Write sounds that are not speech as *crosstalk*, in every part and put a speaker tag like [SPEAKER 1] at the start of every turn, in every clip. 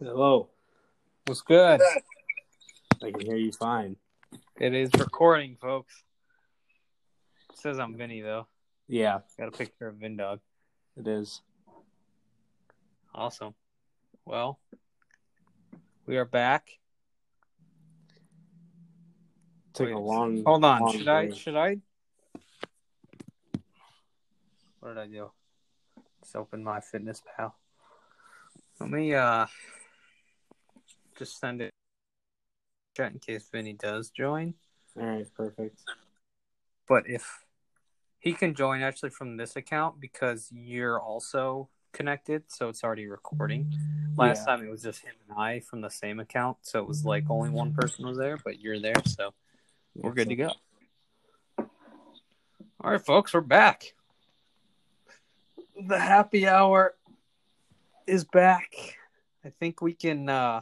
[SPEAKER 1] Hello.
[SPEAKER 2] What's good?
[SPEAKER 1] I can hear you fine.
[SPEAKER 2] It is recording, folks. It says I'm Vinny though.
[SPEAKER 1] Yeah,
[SPEAKER 2] Got a picture of Vin Dog.
[SPEAKER 1] it is.
[SPEAKER 2] Awesome. Well, we are back.
[SPEAKER 1] Took a
[SPEAKER 2] Wait,
[SPEAKER 1] long.
[SPEAKER 2] Hold on.
[SPEAKER 1] long
[SPEAKER 2] should I?
[SPEAKER 1] break.
[SPEAKER 2] Should I? What did I do? Let's open my Fitness Pal. Let me uh just send it chat in case Vinny does join.
[SPEAKER 1] All right, perfect.
[SPEAKER 2] but if he can join actually from this account because you're also connected, so it's already recording. Last
[SPEAKER 1] Yeah.
[SPEAKER 2] time it was just him and I from the same account, so it was like only one person was there, but you're there, so we're good to go. All right, folks, we're back. The happy hour is back. I think we can uh,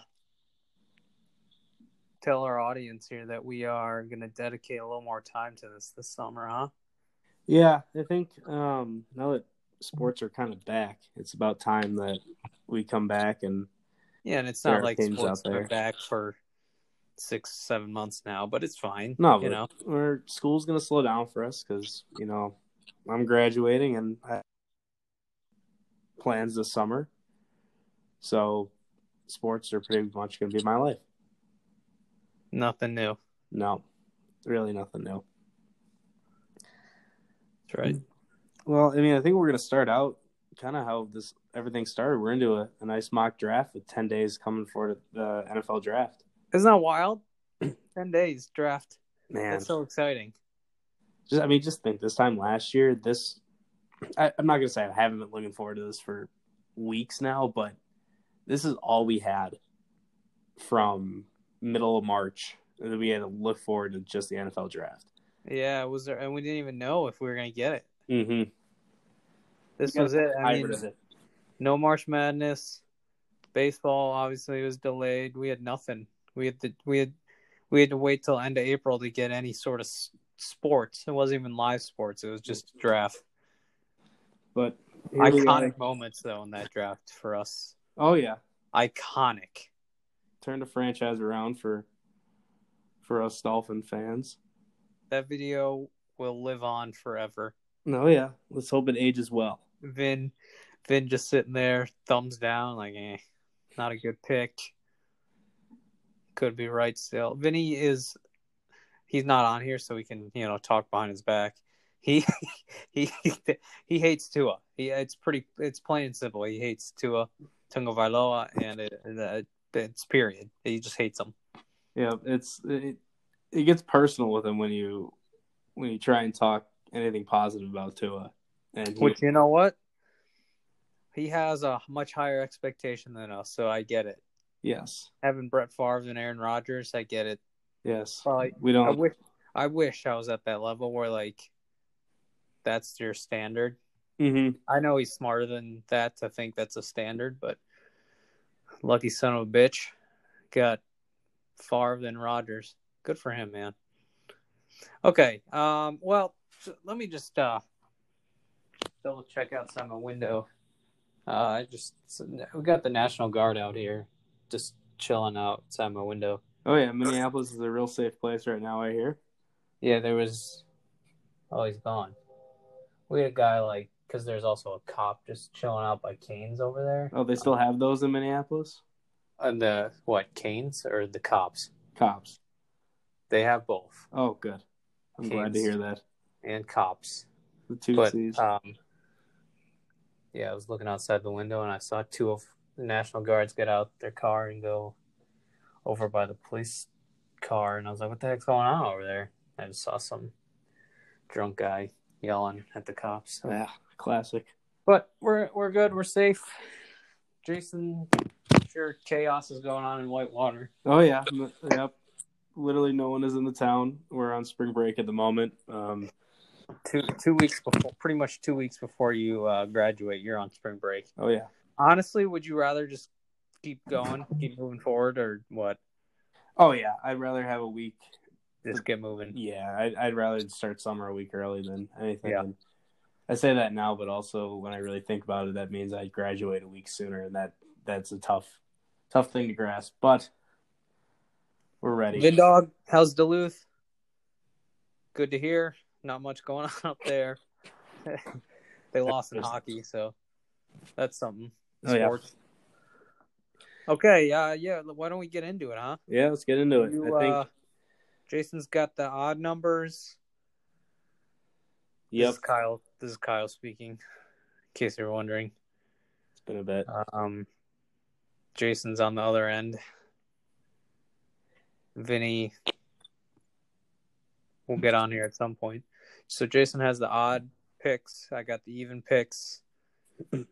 [SPEAKER 2] tell our audience here that we are going to dedicate a little more time to this this summer, huh?
[SPEAKER 1] Yeah, I think um, now that sports are kind of back, it's about time that we come back and
[SPEAKER 2] Yeah, and it's
[SPEAKER 1] There
[SPEAKER 2] not
[SPEAKER 1] are
[SPEAKER 2] like
[SPEAKER 1] teams
[SPEAKER 2] sports
[SPEAKER 1] out there.
[SPEAKER 2] are back for six, seven months now, but it's fine.
[SPEAKER 1] no,
[SPEAKER 2] you
[SPEAKER 1] but
[SPEAKER 2] know,
[SPEAKER 1] our school's gonna slow down for us because you know I'm graduating and I have plans this summer, so sports are pretty much gonna be my life.
[SPEAKER 2] nothing new.
[SPEAKER 1] No, really nothing new.
[SPEAKER 2] That's right.
[SPEAKER 1] Well, I mean, I think we're going to start out kind of how this everything started. We're into a, a nice mock draft with 10 days coming for the NFL draft.
[SPEAKER 2] Isn't that wild? *clears throat* 10 days draft.
[SPEAKER 1] Man,
[SPEAKER 2] That's so exciting.
[SPEAKER 1] just, I mean, just think this time last year, this I, I'm not going to say I haven't been looking forward to this for weeks now, but this is all we had from middle of March that we had to look forward to just the NFL draft.
[SPEAKER 2] Yeah, it was there, and we didn't even know if we were going to get it.
[SPEAKER 1] Mm-hmm.
[SPEAKER 2] This
[SPEAKER 1] Yeah,
[SPEAKER 2] was it. I mean,
[SPEAKER 1] it.
[SPEAKER 2] no March Madness. Baseball obviously was delayed. We had nothing. We had to, we had we had to wait till end of April to get any sort of s- sports. It wasn't even live sports. It was just draft.
[SPEAKER 1] But here we are.
[SPEAKER 2] Iconic moments though in that draft for us.
[SPEAKER 1] Oh, yeah.
[SPEAKER 2] Iconic.
[SPEAKER 1] Turned the franchise around for for us Dolphin fans.
[SPEAKER 2] That video will live on forever.
[SPEAKER 1] No, Oh, yeah. Let's hope it ages well.
[SPEAKER 2] Vin, Vin just sitting there, thumbs down, like, eh, not a good pick. Could be right still. Vinny is, he's not on here, so we can you know talk behind his back. He *laughs* he he hates Tua. He it's pretty it's plain and simple. He hates Tua, Tungo Vailoa, and it, it, it's period. He just hates him.
[SPEAKER 1] Yeah, it's it, it gets personal with him when you when you try and talk anything positive about Tua. And he-
[SPEAKER 2] Which you know what? He has a much higher expectation than us, so I get it.
[SPEAKER 1] yes,
[SPEAKER 2] Having Brett Favre and Aaron Rodgers, I get it.
[SPEAKER 1] yes,
[SPEAKER 2] Probably,
[SPEAKER 1] we
[SPEAKER 2] I
[SPEAKER 1] don't.
[SPEAKER 2] wish I wish I was at that level where like that's your standard.
[SPEAKER 1] Mhm.
[SPEAKER 2] I know he's smarter than that to think that's a standard, but lucky son of a bitch got Favre and Rodgers. Good for him, man. Okay, um, well, so let me just uh, double check outside my window. Uh, I just we got the National Guard out here, just chilling outside my window.
[SPEAKER 1] Oh yeah, Minneapolis is a real safe place right now. I hear.
[SPEAKER 2] Yeah, there was. Oh, he's gone. We had a guy like because there's also a cop just chilling out by Canes over there.
[SPEAKER 1] Oh, they still have those in Minneapolis.
[SPEAKER 2] And the what Canes or the cops?
[SPEAKER 1] Cops.
[SPEAKER 2] They have both
[SPEAKER 1] Oh, good. I'm glad to
[SPEAKER 2] Kings.
[SPEAKER 1] hear that.
[SPEAKER 2] and cops.
[SPEAKER 1] The two
[SPEAKER 2] but
[SPEAKER 1] C's.
[SPEAKER 2] um, yeah, I was looking outside the window and I saw two of the National Guards get out their car and go over by the police car, and I was like, "What the heck's going on over there?" I just saw some drunk guy yelling at the cops.
[SPEAKER 1] yeah, classic.
[SPEAKER 2] But we're we're good. We're safe. Jason, I'm sure chaos is going on in Whitewater.
[SPEAKER 1] Oh yeah, M- yep. Literally, no one is in the town. We're on spring break at the moment. Um,
[SPEAKER 2] Two two weeks before, pretty much two weeks before you uh, graduate, you're on spring break.
[SPEAKER 1] oh yeah.
[SPEAKER 2] Honestly, would you rather just keep going, keep moving forward, or what?
[SPEAKER 1] Oh yeah. I'd rather have a week
[SPEAKER 2] Just get moving.
[SPEAKER 1] Yeah, I'd, I'd rather start summer a week early than anything.
[SPEAKER 2] Yeah.
[SPEAKER 1] And I say that now, but also when I really think about it, that means I graduate a week sooner, and that that's a tough, tough thing to grasp, but we're ready.
[SPEAKER 2] Good dog. How's Duluth? Good to hear. Not much going *laughs* on up there. they lost in hockey, so that's something.
[SPEAKER 1] Oh, yeah.
[SPEAKER 2] Sports. Okay, uh, yeah. Why don't we get into it, huh?
[SPEAKER 1] Yeah, let's get into it.
[SPEAKER 2] You,
[SPEAKER 1] I think.
[SPEAKER 2] uh, Jason's got the odd numbers.
[SPEAKER 1] yep,
[SPEAKER 2] This is Kyle. This is Kyle speaking. In case you're wondering,
[SPEAKER 1] it's been a bit.
[SPEAKER 2] um, Jason's on the other end. Vinny will get on here at some point. So Jason has the odd picks. I got the even picks. Let's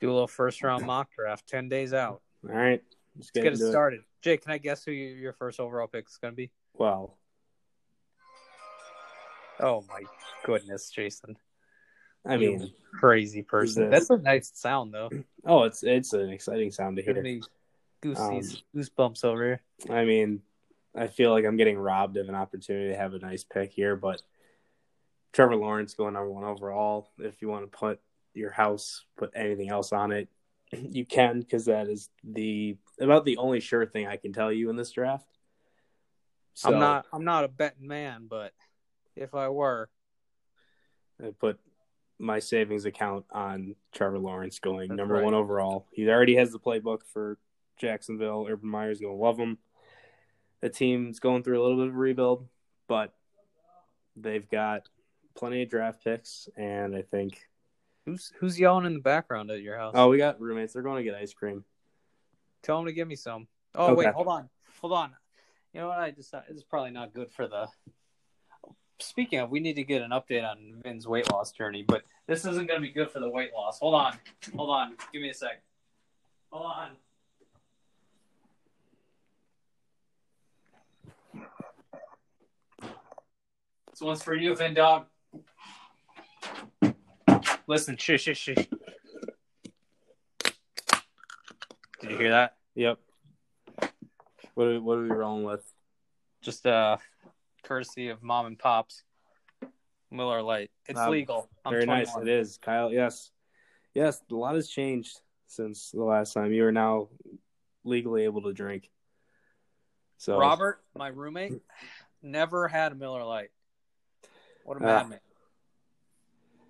[SPEAKER 2] do a little first round mock draft. Ten days out.
[SPEAKER 1] All right, let's
[SPEAKER 2] Let's
[SPEAKER 1] get,
[SPEAKER 2] get it
[SPEAKER 1] into it.
[SPEAKER 2] started. Jake, can I guess who you- your first overall pick is going to be?
[SPEAKER 1] Wow,
[SPEAKER 2] Oh my goodness, Jason!
[SPEAKER 1] I
[SPEAKER 2] You
[SPEAKER 1] mean,
[SPEAKER 2] Crazy person.
[SPEAKER 1] this?
[SPEAKER 2] That's a nice sound though.
[SPEAKER 1] oh, it's it's an exciting sound to
[SPEAKER 2] Give
[SPEAKER 1] hear.
[SPEAKER 2] me gooseies,
[SPEAKER 1] Um,
[SPEAKER 2] goosebumps over here.
[SPEAKER 1] I mean, I feel like I'm getting robbed of an opportunity to have a nice pick here, but Trevor Lawrence going number one overall. If you want to put your house, put anything else on it, *clears throat* you can because that is the about the only sure thing I can tell you in this draft. So,
[SPEAKER 2] I'm not. I'm not a betting man, but if I were,
[SPEAKER 1] I put my savings account on Trevor Lawrence going
[SPEAKER 2] That's
[SPEAKER 1] number
[SPEAKER 2] right.
[SPEAKER 1] one overall. He already has the playbook for Jacksonville. Urban Meyer's going to love him. The team's going through a little bit of a rebuild, but they've got plenty of draft picks. And I think,
[SPEAKER 2] who's who's yelling in the background at your house?
[SPEAKER 1] oh, we got roommates. They're going to get ice cream.
[SPEAKER 2] Tell him to give me some. Oh wait,
[SPEAKER 1] Okay.
[SPEAKER 2] hold on, hold on. You know what? I decided this is probably not good for the. Speaking of, we need to get an update on Vin's weight loss journey, but this isn't going to be good for the weight loss. Hold on, hold on. Give me a sec. Hold on. This one's for you, Vin Dog. Listen, shush, shush, shush. Did you hear that?
[SPEAKER 1] Yep. What are, what are we rolling with?
[SPEAKER 2] just uh courtesy of mom and pops miller light it's
[SPEAKER 1] Um,
[SPEAKER 2] legal I'm
[SPEAKER 1] Very nice.
[SPEAKER 2] 21.
[SPEAKER 1] It is, Kyle. Yes. Yes. A lot has changed since the last time. You are now legally able to drink. So,
[SPEAKER 2] robert my roommate never had a miller light what a
[SPEAKER 1] Ah.
[SPEAKER 2] madman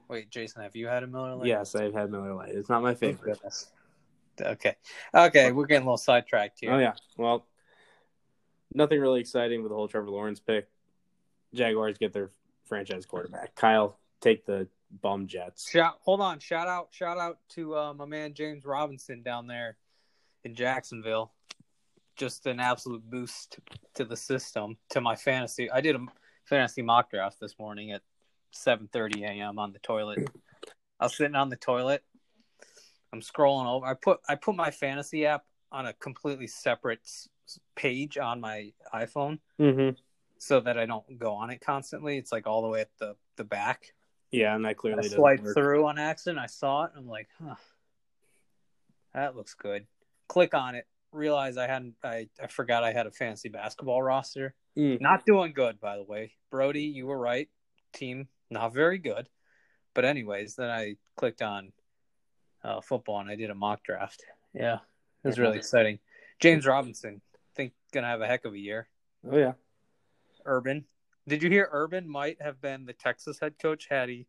[SPEAKER 2] wait jason have you had a miller light
[SPEAKER 1] yes, I've had Miller Lite. It's not my
[SPEAKER 2] Thank
[SPEAKER 1] favorite.
[SPEAKER 2] goodness. okay okay we're getting a little sidetracked here
[SPEAKER 1] Oh, yeah. Well, nothing really exciting with the whole Trevor Lawrence pick. Jaguars get their franchise quarterback. Kyle, take the bum Jets.
[SPEAKER 2] Shout, hold on. Shout out, shout out to uh, my man James Robinson down there in Jacksonville. Just an absolute boost to the system, to my fantasy. I did a fantasy mock draft this morning at 7:30 a.m. on the toilet. I was sitting on the toilet. I'm scrolling over. I put I put my fantasy app on a completely separate s- page on my iPhone
[SPEAKER 1] Mm-hmm.
[SPEAKER 2] so that I don't go on it constantly. It's like all the way at the the back.
[SPEAKER 1] Yeah, and that
[SPEAKER 2] I
[SPEAKER 1] clearly doesn't
[SPEAKER 2] swiped
[SPEAKER 1] work.
[SPEAKER 2] through on accident. I saw it. And I'm like, huh, that looks good. Click on it. Realize I hadn't. I, I forgot I had a fancy basketball roster.
[SPEAKER 1] Mm.
[SPEAKER 2] Not doing good, by the way. Brody, you were right. Team not very good. But anyways, then I clicked on uh, football and I did a mock draft. Yeah, it was really exciting. James Robinson, think gonna have a heck of a year.
[SPEAKER 1] Oh, yeah.
[SPEAKER 2] Urban. Did you hear Urban might have been the Texas head coach had he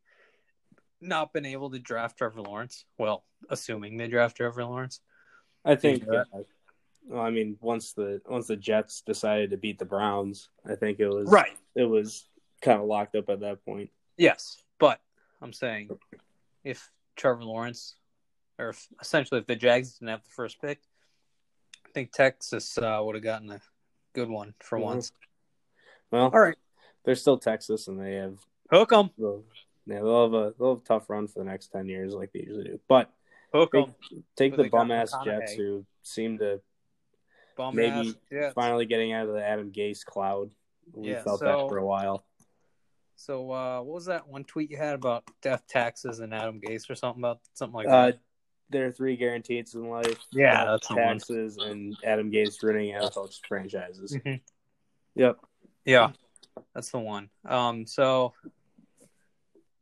[SPEAKER 2] not been able to draft Trevor Lawrence? Well, assuming they draft Trevor Lawrence.
[SPEAKER 1] I think.
[SPEAKER 2] Yeah.
[SPEAKER 1] uh, well, I mean, once the once the Jets decided to beat the Browns, I think it was It was kind of locked up at that point.
[SPEAKER 2] Yes. But I'm saying if Trevor Lawrence or if, essentially if the Jags didn't have the first pick, I think Texas uh, would have gotten a good one for
[SPEAKER 1] Mhm.
[SPEAKER 2] once.
[SPEAKER 1] Well,
[SPEAKER 2] All right.
[SPEAKER 1] they're still Texas, and they have
[SPEAKER 2] Hook 'em.
[SPEAKER 1] they'll, yeah, they'll have a they'll have a tough run for the next ten years, like they usually do. But
[SPEAKER 2] Hook 'em.
[SPEAKER 1] take
[SPEAKER 2] But
[SPEAKER 1] the
[SPEAKER 2] they got
[SPEAKER 1] bum ass
[SPEAKER 2] McConaughey.
[SPEAKER 1] Jets, who seem to
[SPEAKER 2] Bum
[SPEAKER 1] maybe
[SPEAKER 2] ass. Yeah.
[SPEAKER 1] finally getting out of the Adam Gase cloud. We
[SPEAKER 2] Yeah,
[SPEAKER 1] felt
[SPEAKER 2] so-
[SPEAKER 1] that for a while.
[SPEAKER 2] So uh, what was that one tweet you had about death taxes and Adam Gase or something about something like that?
[SPEAKER 1] Uh, there are three guarantees in life:
[SPEAKER 2] Yeah,
[SPEAKER 1] uh,
[SPEAKER 2] that's the one.
[SPEAKER 1] taxes and Adam Gase ruining NFL franchises.
[SPEAKER 2] Mhm.
[SPEAKER 1] Yep.
[SPEAKER 2] Yeah, Mm-hmm. that's the one. Um, so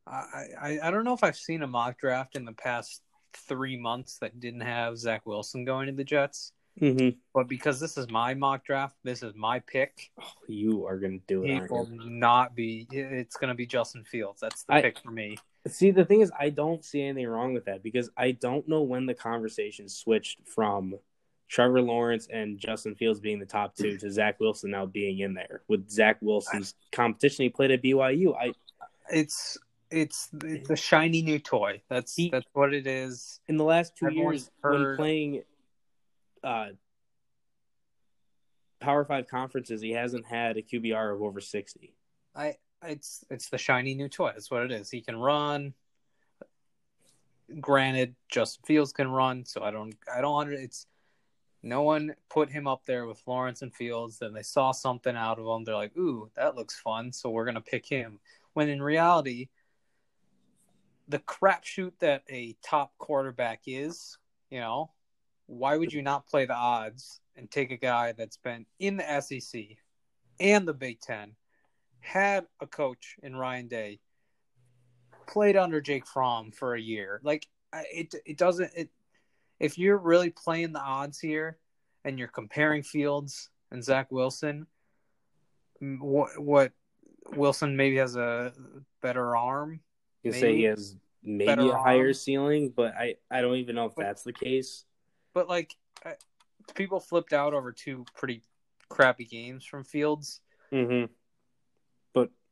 [SPEAKER 2] I, I I don't know if I've seen a mock draft in the past three months that didn't have Zach Wilson going to the Jets.
[SPEAKER 1] Mm-hmm.
[SPEAKER 2] But because this is my mock draft, this is my pick.
[SPEAKER 1] Oh, you are going to do it.
[SPEAKER 2] He
[SPEAKER 1] aren't
[SPEAKER 2] will
[SPEAKER 1] you?
[SPEAKER 2] not be. It's going to be Justin Fields. That's the
[SPEAKER 1] I-
[SPEAKER 2] pick for me.
[SPEAKER 1] See, the thing is, I don't see anything wrong with that because I don't know when the conversation switched from Trevor Lawrence and Justin Fields being the top two to Zach Wilson now being in there with Zach Wilson's competition he played at BYU. I
[SPEAKER 2] It's it's it's a shiny new toy. That's
[SPEAKER 1] He-
[SPEAKER 2] that's what it is.
[SPEAKER 1] in the last two
[SPEAKER 2] Everyone's
[SPEAKER 1] years when
[SPEAKER 2] heard-
[SPEAKER 1] playing uh Power Five conferences, he hasn't had a QBR of over sixty.
[SPEAKER 2] I it's it's the shiny new toy. That's what it is. He can run. Granted, Justin Fields can run, so I don't I don't under it's no one put him up there with Lawrence and Fields. Then they saw something out of him. They're like, "Ooh, that looks fun," so we're gonna pick him. When in reality, the crapshoot that a top quarterback is, you know, why would you not play the odds and take a guy that's been in the SEC and the Big Ten had a coach in Ryan Day, played under Jake Fromm for a year. Like I- it, it doesn't. It if you're really playing the odds here and you're comparing Fields and Zach Wilson, m- what what Wilson maybe has a better arm.
[SPEAKER 1] You can say he
[SPEAKER 2] Maybe.
[SPEAKER 1] has maybe
[SPEAKER 2] Better
[SPEAKER 1] a higher
[SPEAKER 2] arm.
[SPEAKER 1] ceiling, but I I don't even know if
[SPEAKER 2] But-
[SPEAKER 1] that's the case.
[SPEAKER 2] But like, I- people flipped out over two pretty crappy games from Fields.
[SPEAKER 1] Mm-hmm.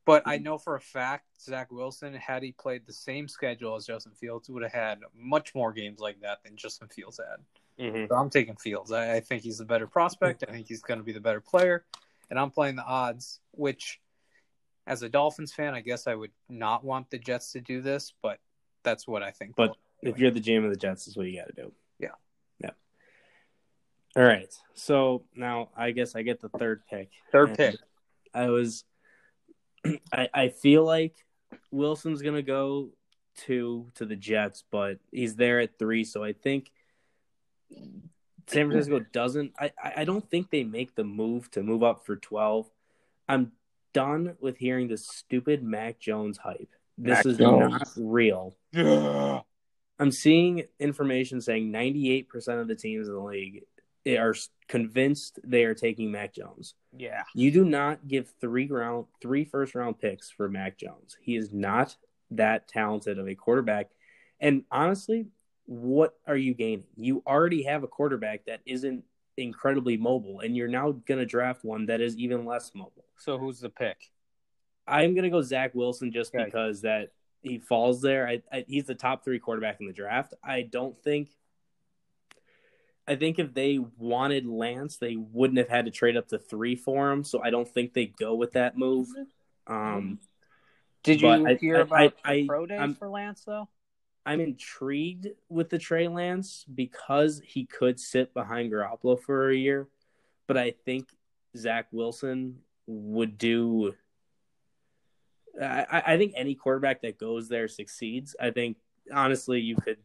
[SPEAKER 2] But I know for a fact Zach Wilson, had he played the same schedule as Justin Fields, would have had much more games like that than Justin Fields had.
[SPEAKER 1] Mm-hmm.
[SPEAKER 2] So I'm taking Fields. I, I think he's the better prospect. I think he's going to be the better player. And I'm playing the odds, which, as a Dolphins fan, I guess I would not want the Jets to do this, but that's what I think.
[SPEAKER 1] But- if you're the GM of the Jets, is what you got to do.
[SPEAKER 2] Yeah.
[SPEAKER 1] Yeah. All right. So now I guess I get the third pick.
[SPEAKER 2] third
[SPEAKER 1] And
[SPEAKER 2] pick.
[SPEAKER 1] I was. *clears throat* I I feel like Wilson's gonna go two to the Jets, but he's there at three. So I think San Francisco doesn't. I I I don't think they make the move to move up for twelve. I'm done with hearing this stupid Mac Jones hype. This
[SPEAKER 2] Mac
[SPEAKER 1] is
[SPEAKER 2] Jones.
[SPEAKER 1] not real. I'm seeing information saying 98% of the teams in the league are convinced they are taking Mac Jones.
[SPEAKER 2] Yeah.
[SPEAKER 1] You do not give three round, three first round picks for Mac Jones. He is not that talented of a quarterback. And honestly, what are you gaining? You already have a quarterback that isn't incredibly mobile, and you're now going to draft one that is even less mobile.
[SPEAKER 2] So who's the pick?
[SPEAKER 1] I'm gonna go Zach Wilson just
[SPEAKER 2] Okay.
[SPEAKER 1] because that he falls there. I, I, he's the top three quarterback in the draft. I don't think. I think if they wanted Lance, they wouldn't have had to trade up to three for him. So I don't think they go with that move. Um,
[SPEAKER 2] Did you
[SPEAKER 1] But I-
[SPEAKER 2] hear
[SPEAKER 1] I-
[SPEAKER 2] about
[SPEAKER 1] I-
[SPEAKER 2] the
[SPEAKER 1] I-
[SPEAKER 2] pro days
[SPEAKER 1] I'm-
[SPEAKER 2] for Lance, though?
[SPEAKER 1] I'm intrigued with the Trey Lance because he could sit behind Garoppolo for a year, but I think Zach Wilson would do. I, I- I think any quarterback that goes there succeeds. I think honestly, you could.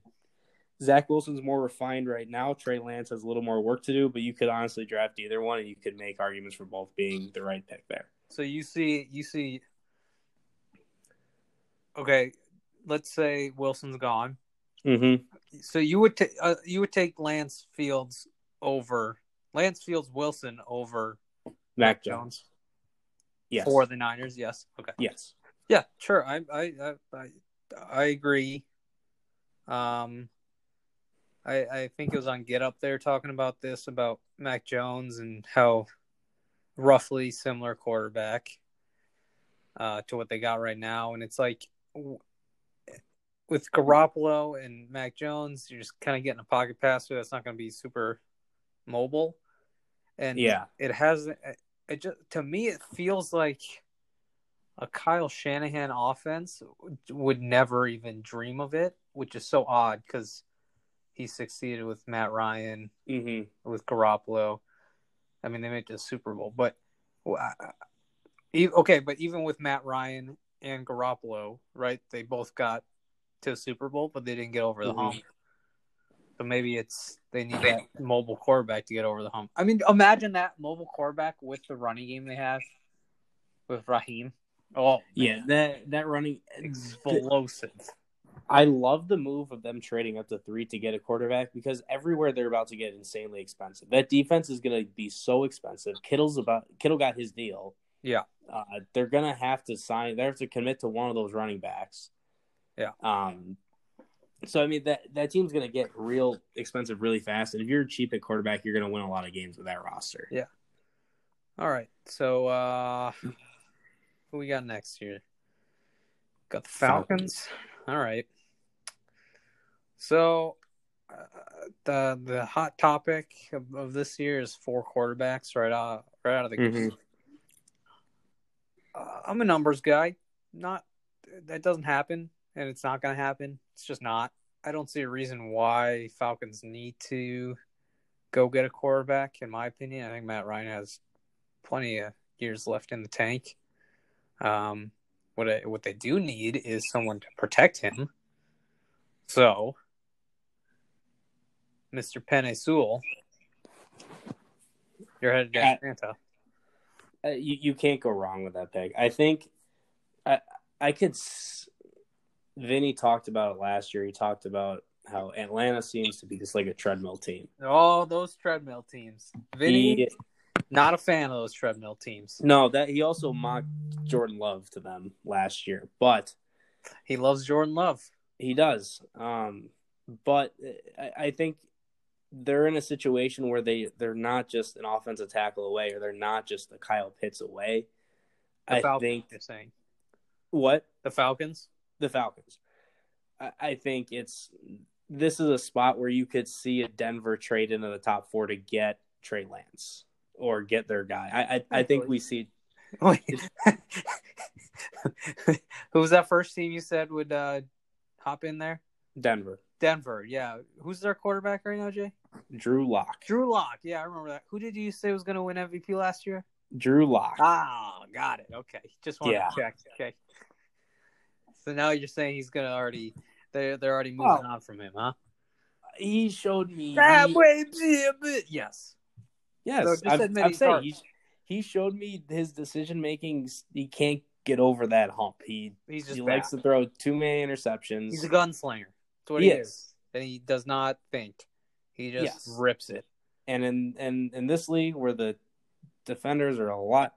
[SPEAKER 1] Zach Wilson's more refined right now. Trey Lance has a little more work to do, but you could honestly draft either one, and you could make arguments for both being the right pick there.
[SPEAKER 2] So you see, you see. Okay, let's say Wilson's gone.
[SPEAKER 1] Mm-hmm.
[SPEAKER 2] So you would ta- uh, you would take Lance Fields over Lance Fields Wilson over
[SPEAKER 1] Mac Jones. Yes.
[SPEAKER 2] for the Niners. Yes. Okay.
[SPEAKER 1] yes.
[SPEAKER 2] Yeah. Sure. I I I I, I agree. Um. I, I think it was on Get Up there talking about this about Mac Jones and how roughly similar quarterback uh, to what they got right now, and it's like w- with Garoppolo and Mac Jones, you're just kind of getting a pocket passer that's not going to be super mobile, and
[SPEAKER 1] Yeah.
[SPEAKER 2] it has it just to me it feels like a Kyle Shanahan offense would never even dream of it, which is so odd because he succeeded with Matt Ryan
[SPEAKER 1] Mm-hmm.
[SPEAKER 2] with Garoppolo. I mean, they made it to the Super Bowl, but well, I- I- e- okay, but even with Matt Ryan and Garoppolo, right? They both got to the Super Bowl, but they didn't get over the
[SPEAKER 1] Mhm.
[SPEAKER 2] hump. So maybe it's they need that mobile quarterback to get over the hump. I mean, imagine that mobile quarterback with the running game they have with Raheem. Oh,
[SPEAKER 1] Yeah. That that running
[SPEAKER 2] explosive.
[SPEAKER 1] I love the move of them trading up to three to get a quarterback because everywhere they're about to get insanely expensive. That defense is going to be so expensive. Kittle's about Kittle got his deal.
[SPEAKER 2] Yeah.
[SPEAKER 1] Uh, they're going to have to sign. They have to commit to one of those running backs.
[SPEAKER 2] Yeah.
[SPEAKER 1] Um. So I mean that that team's going to get real expensive really fast, and if you're cheap at quarterback, you're going to win a lot of games with that roster.
[SPEAKER 2] Yeah. All right. So uh who we got next here? Got the Falcons. All right. So uh, the the hot topic of, of this year is four quarterbacks right out right out of the gate.
[SPEAKER 1] Mhm.
[SPEAKER 2] Uh, I'm a numbers guy. Not that doesn't happen, and it's not going to happen. It's just not. I don't see a reason why Falcons need to go get a quarterback. In my opinion, I think Matt Ryan has plenty of years left in the tank. Um, what I, what they do need is someone to protect him. So, Mr. Penny Sewell, you're headed to
[SPEAKER 1] Pat-
[SPEAKER 2] Atlanta.
[SPEAKER 1] Uh, you you can't go wrong with that pick. I think I I could. S- Vinny talked about it last year. He talked about how Atlanta seems to be just like a treadmill team.
[SPEAKER 2] All those treadmill teams. Vinny,
[SPEAKER 1] He,
[SPEAKER 2] not a fan of those treadmill teams.
[SPEAKER 1] no, that he also mocked Jordan Love to them last year, but
[SPEAKER 2] He loves Jordan Love.
[SPEAKER 1] He does. Um, but uh, I, I think they're in a situation where they they're not just an offensive tackle away, or they're not just a Kyle Pitts away.
[SPEAKER 2] The
[SPEAKER 1] I
[SPEAKER 2] Falcons,
[SPEAKER 1] think
[SPEAKER 2] you're saying.
[SPEAKER 1] what *laughs*
[SPEAKER 2] The Falcons?
[SPEAKER 1] the Falcons. I, I think it's this is a spot where you could see a Denver trade into the top four to get Trey Lance or get their guy. I I, I think we see
[SPEAKER 2] *laughs* Wait. Who was that first team you said would uh, hop in there?
[SPEAKER 1] Denver.
[SPEAKER 2] Denver, yeah. Who's their quarterback right now, Jay?
[SPEAKER 1] Drew Lock.
[SPEAKER 2] Drew Lock. Yeah, I remember that. Who did you say was going to win MVP last year?
[SPEAKER 1] Drew Lock.
[SPEAKER 2] Ah, got it. Okay, just wanted
[SPEAKER 1] Yeah.
[SPEAKER 2] to check. Okay. So now you're saying he's going to already they're they're already moving on from him, huh?
[SPEAKER 1] He showed me
[SPEAKER 2] way, baby. Yes.
[SPEAKER 1] Yes,
[SPEAKER 2] So just
[SPEAKER 1] I'm,
[SPEAKER 2] admit
[SPEAKER 1] I'm
[SPEAKER 2] he's
[SPEAKER 1] saying
[SPEAKER 2] hurt.
[SPEAKER 1] he, he showed me his decision making. He can't get over that hump. He
[SPEAKER 2] He's just
[SPEAKER 1] he
[SPEAKER 2] bad.
[SPEAKER 1] likes to throw too many interceptions.
[SPEAKER 2] He's a gunslinger. That's what
[SPEAKER 1] He
[SPEAKER 2] he,
[SPEAKER 1] is.
[SPEAKER 2] is. And he does not think. He just
[SPEAKER 1] Yes.
[SPEAKER 2] rips it.
[SPEAKER 1] and in and in this league where the defenders are a lot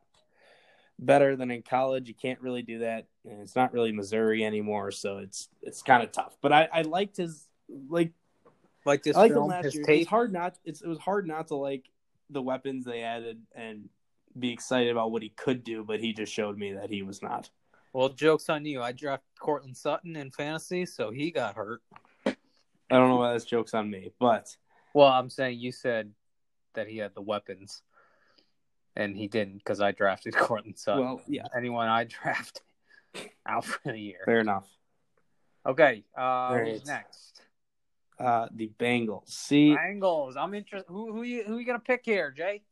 [SPEAKER 1] better than in college, you can't really do that. And it's not really Missouri anymore, so it's it's kind of tough. But I, I liked his like
[SPEAKER 2] Like this
[SPEAKER 1] I liked him
[SPEAKER 2] film,
[SPEAKER 1] last
[SPEAKER 2] his
[SPEAKER 1] year. It was
[SPEAKER 2] tape.
[SPEAKER 1] hard not it's, it was hard not to like the weapons they added and be excited about what he could do, but he just showed me that he was not.
[SPEAKER 2] Well, joke's on you. I drafted Cortland Sutton in fantasy, so he got hurt.
[SPEAKER 1] I don't know why that's jokes on me, but
[SPEAKER 2] Well, I'm saying you said that he had the weapons, and he didn't because I drafted *laughs* Cortland Sutton.
[SPEAKER 1] well, yeah,
[SPEAKER 2] Anyone I *laughs* draft out for the year.
[SPEAKER 1] fair enough.
[SPEAKER 2] Okay, uh,
[SPEAKER 1] There
[SPEAKER 2] who's
[SPEAKER 1] it is.
[SPEAKER 2] next?
[SPEAKER 1] Uh, the Bengals. See,
[SPEAKER 2] Bengals. I'm interested. Who who you who you gonna pick here, Jay?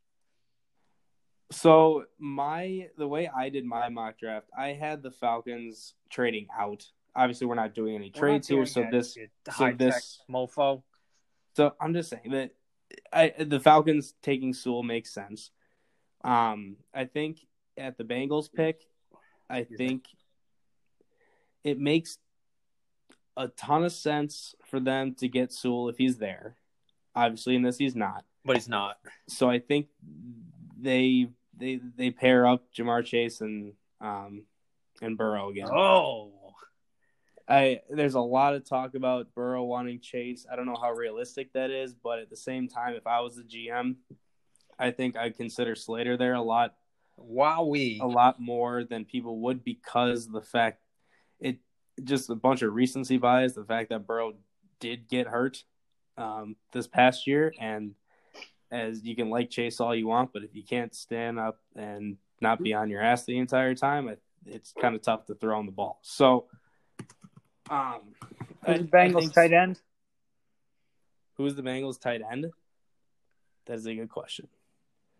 [SPEAKER 1] so my the way I did my mock draft, I had the Falcons trading out. Obviously, we're not doing any
[SPEAKER 2] We're not
[SPEAKER 1] trades here,
[SPEAKER 2] doing
[SPEAKER 1] so
[SPEAKER 2] that,
[SPEAKER 1] this,
[SPEAKER 2] you
[SPEAKER 1] so
[SPEAKER 2] high-tech
[SPEAKER 1] this,
[SPEAKER 2] mofo.
[SPEAKER 1] so I'm just saying that I the Falcons taking Sewell makes sense. Um, I think at the Bengals pick, I
[SPEAKER 2] Yeah.
[SPEAKER 1] think it makes a ton of sense for them to get Sewell if he's there. Obviously, in this he's not.
[SPEAKER 2] But he's not.
[SPEAKER 1] so I think they they they pair up Jamar Chase and um and Burrow again.
[SPEAKER 2] Oh,
[SPEAKER 1] I there's a lot of talk about Burrow wanting Chase. I don't know how realistic that is, but at the same time, if I was the GM, I think I'd consider Slater there a lot
[SPEAKER 2] wowee.
[SPEAKER 1] a lot more than people would because the fact it just a bunch of recency bias, the fact that Burrow did get hurt um, this past year, and as you can like Chase all you want, but if you can't stand up and not be on your ass the entire time, it, it's kind of tough to throw on the ball. So, um, I- I think-
[SPEAKER 2] end?
[SPEAKER 1] Who's the Bengals tight end? That is a good question.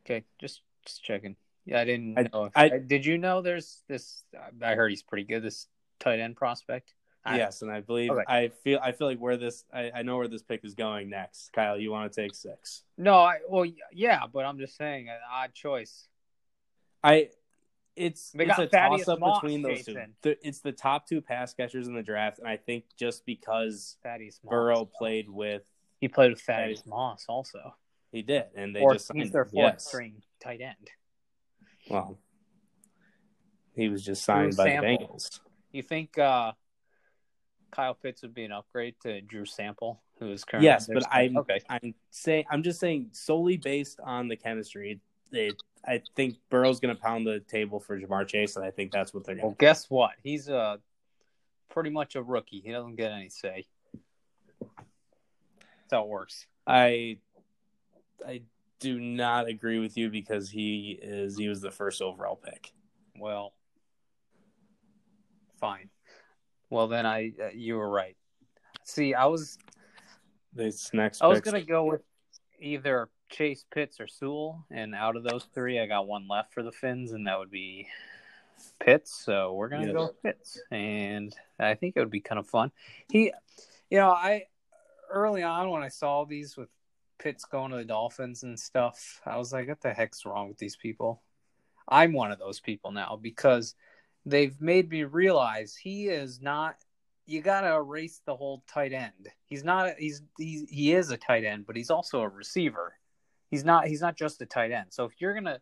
[SPEAKER 2] Okay, just just checking. Yeah, I didn't
[SPEAKER 1] I-
[SPEAKER 2] know.
[SPEAKER 1] I-
[SPEAKER 2] did you know there's this? I heard he's pretty good. This tight end prospect. I-
[SPEAKER 1] yes, and I believe
[SPEAKER 2] Okay.
[SPEAKER 1] I feel I feel like where this I, I know where this pick is going next. Kyle, you want to take six?
[SPEAKER 2] No, I well, yeah, but I'm just saying an odd choice.
[SPEAKER 1] I it's
[SPEAKER 2] They
[SPEAKER 1] it's
[SPEAKER 2] got
[SPEAKER 1] a
[SPEAKER 2] Thaddeus
[SPEAKER 1] toss up
[SPEAKER 2] Moss
[SPEAKER 1] between those two.
[SPEAKER 2] chasing.
[SPEAKER 1] The- It's the top two pass catchers in the draft, and I think just because
[SPEAKER 2] Thaddeus Moss.
[SPEAKER 1] Burrow played with,
[SPEAKER 2] He played with Thaddeus Moss also.
[SPEAKER 1] he did, and they
[SPEAKER 2] or
[SPEAKER 1] just signed
[SPEAKER 2] he's their
[SPEAKER 1] him.
[SPEAKER 2] fourth
[SPEAKER 1] Yes.
[SPEAKER 2] string tight end.
[SPEAKER 1] Well, he was just signed
[SPEAKER 2] Drew
[SPEAKER 1] by the
[SPEAKER 2] Sample.
[SPEAKER 1] Bengals.
[SPEAKER 2] You think uh, Kyle Pitts would be an upgrade to Drew Sample, who is currently
[SPEAKER 1] Yes,
[SPEAKER 2] their
[SPEAKER 1] but
[SPEAKER 2] starting-
[SPEAKER 1] I'm
[SPEAKER 2] okay.
[SPEAKER 1] I'm saying I'm just saying solely based on the chemistry. It, I think Burrow's going to pound the table for Jamar Chase, and I think that's what they're going
[SPEAKER 2] Well,
[SPEAKER 1] to.
[SPEAKER 2] guess what? He's uh, pretty much a rookie. He doesn't get any say. That's how it works.
[SPEAKER 1] I I do not agree with you because he is he was the first overall pick.
[SPEAKER 2] Well, fine. Well, then I uh, you were right. See, I was
[SPEAKER 1] This next,
[SPEAKER 2] I was
[SPEAKER 1] pick's-
[SPEAKER 2] gonna go with either Chase Pitts or Sewell, and out of those three, I got one left for the Finns, and that would be Pitts. So we're gonna
[SPEAKER 1] Yeah.
[SPEAKER 2] go with Pitts, and I think it would be kind of fun. He, you know, I early on when I saw these with Pitts going to the Dolphins and stuff, I was like, what the heck's wrong with these people? I'm one of those people now because they've made me realize he is not you gotta erase the whole tight end. He's not. He's he he is a tight end, but he's also a receiver. He's not. He's not just a tight end. So if you're gonna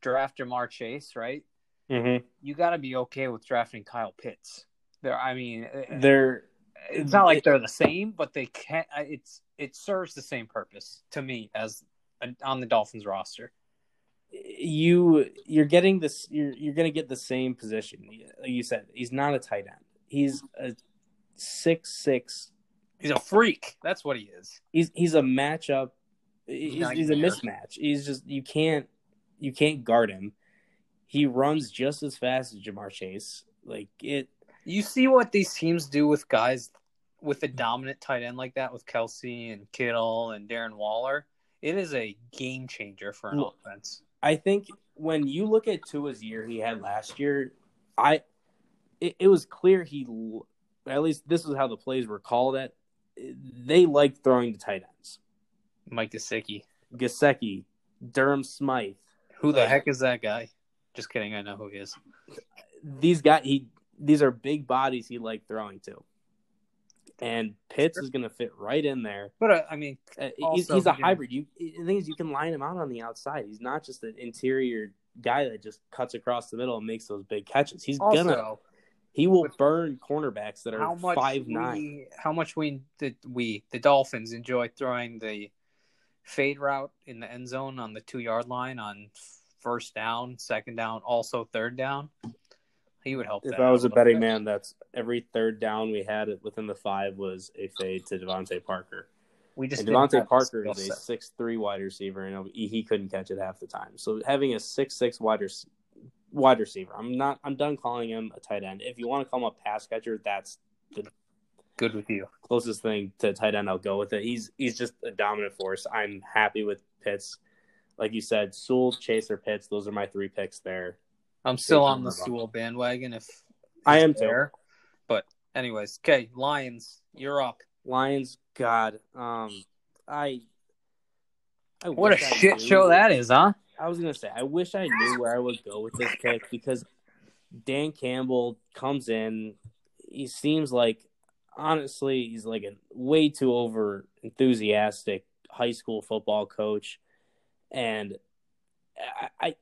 [SPEAKER 2] draft Jamar Chase, right,
[SPEAKER 1] Mhm.
[SPEAKER 2] you gotta be okay with drafting Kyle Pitts. There, I mean, eh,
[SPEAKER 1] They're
[SPEAKER 2] it's not like they're the same, but they can. not It's it serves the same purpose to me as on the Dolphins roster.
[SPEAKER 1] you you're getting this you're you're going to get the same position. Like you said, he's not a tight end. He's a six six
[SPEAKER 2] He's a freak. That's what he is.
[SPEAKER 1] he's he's a matchup. He's, he's a
[SPEAKER 2] Nightmare.
[SPEAKER 1] mismatch. He's just you can't you can't guard him. He runs just as fast as Jamar Chase. Like it.
[SPEAKER 2] You see what these teams do with guys with a dominant tight end like that, with Kelsey and Kittle and Darren Waller. It is a game changer for an
[SPEAKER 1] Look.
[SPEAKER 2] offense.
[SPEAKER 1] I think when you look at Tua's year he had last year, I it, it was clear he l- at least this was how the plays were called. At they like throwing to tight ends.
[SPEAKER 2] Mike Gesicki.
[SPEAKER 1] Gasecki, Durham Smythe.
[SPEAKER 2] Who the heck is that guy? Just kidding. I know who he is.
[SPEAKER 1] these guys he these are big bodies he liked throwing to. And Pitts is going to fit right in there.
[SPEAKER 2] But uh, I mean,
[SPEAKER 1] Uh, he's- he's,
[SPEAKER 2] Also,
[SPEAKER 1] a
[SPEAKER 2] yeah.
[SPEAKER 1] hybrid. You the thing is you can line him out on the outside. He's not just an interior guy that just cuts across the middle and makes those big catches. He's gonna
[SPEAKER 2] also
[SPEAKER 1] he will
[SPEAKER 2] with-
[SPEAKER 1] burn cornerbacks that are
[SPEAKER 2] how much
[SPEAKER 1] five
[SPEAKER 2] we,
[SPEAKER 1] nine.
[SPEAKER 2] how much we did we the Dolphins enjoy throwing the fade route in the end zone on the two yard line on first down, second down, also third down. He would help.
[SPEAKER 1] If
[SPEAKER 2] that
[SPEAKER 1] I
[SPEAKER 2] out
[SPEAKER 1] was a
[SPEAKER 2] little
[SPEAKER 1] betting
[SPEAKER 2] bit.
[SPEAKER 1] man, that's every third down we had within the five was a fade to Devontae Parker.
[SPEAKER 2] we just
[SPEAKER 1] And
[SPEAKER 2] didn't have
[SPEAKER 1] Devontae
[SPEAKER 2] the
[SPEAKER 1] Parker
[SPEAKER 2] skill
[SPEAKER 1] is a
[SPEAKER 2] set.
[SPEAKER 1] six three wide receiver, and he he couldn't catch it half the time. So having a six six wide rec- wide receiver, I'm not. I'm done calling him a tight end. If you want to call him a pass catcher, that's
[SPEAKER 2] good with you.
[SPEAKER 1] closest thing to tight end. I'll go with it. He's he's just a dominant force. I'm happy with Pitts. Like you said, Sewell, Chaser, Pitts. Those are my three picks there.
[SPEAKER 2] I'm still
[SPEAKER 1] Yeah,
[SPEAKER 2] on the
[SPEAKER 1] I'm not.
[SPEAKER 2] Sewell bandwagon. If
[SPEAKER 1] I am
[SPEAKER 2] he's but anyways, okay, Lions, you're up.
[SPEAKER 1] Lions, God, um, I. I
[SPEAKER 2] What a
[SPEAKER 1] wish I
[SPEAKER 2] shit
[SPEAKER 1] knew-
[SPEAKER 2] show that is, huh?
[SPEAKER 1] I was gonna say, I wish I knew where I would go with this pick because Dan Campbell comes in. He seems like, honestly, he's like a way too over enthusiastic high school football coach, and I, I,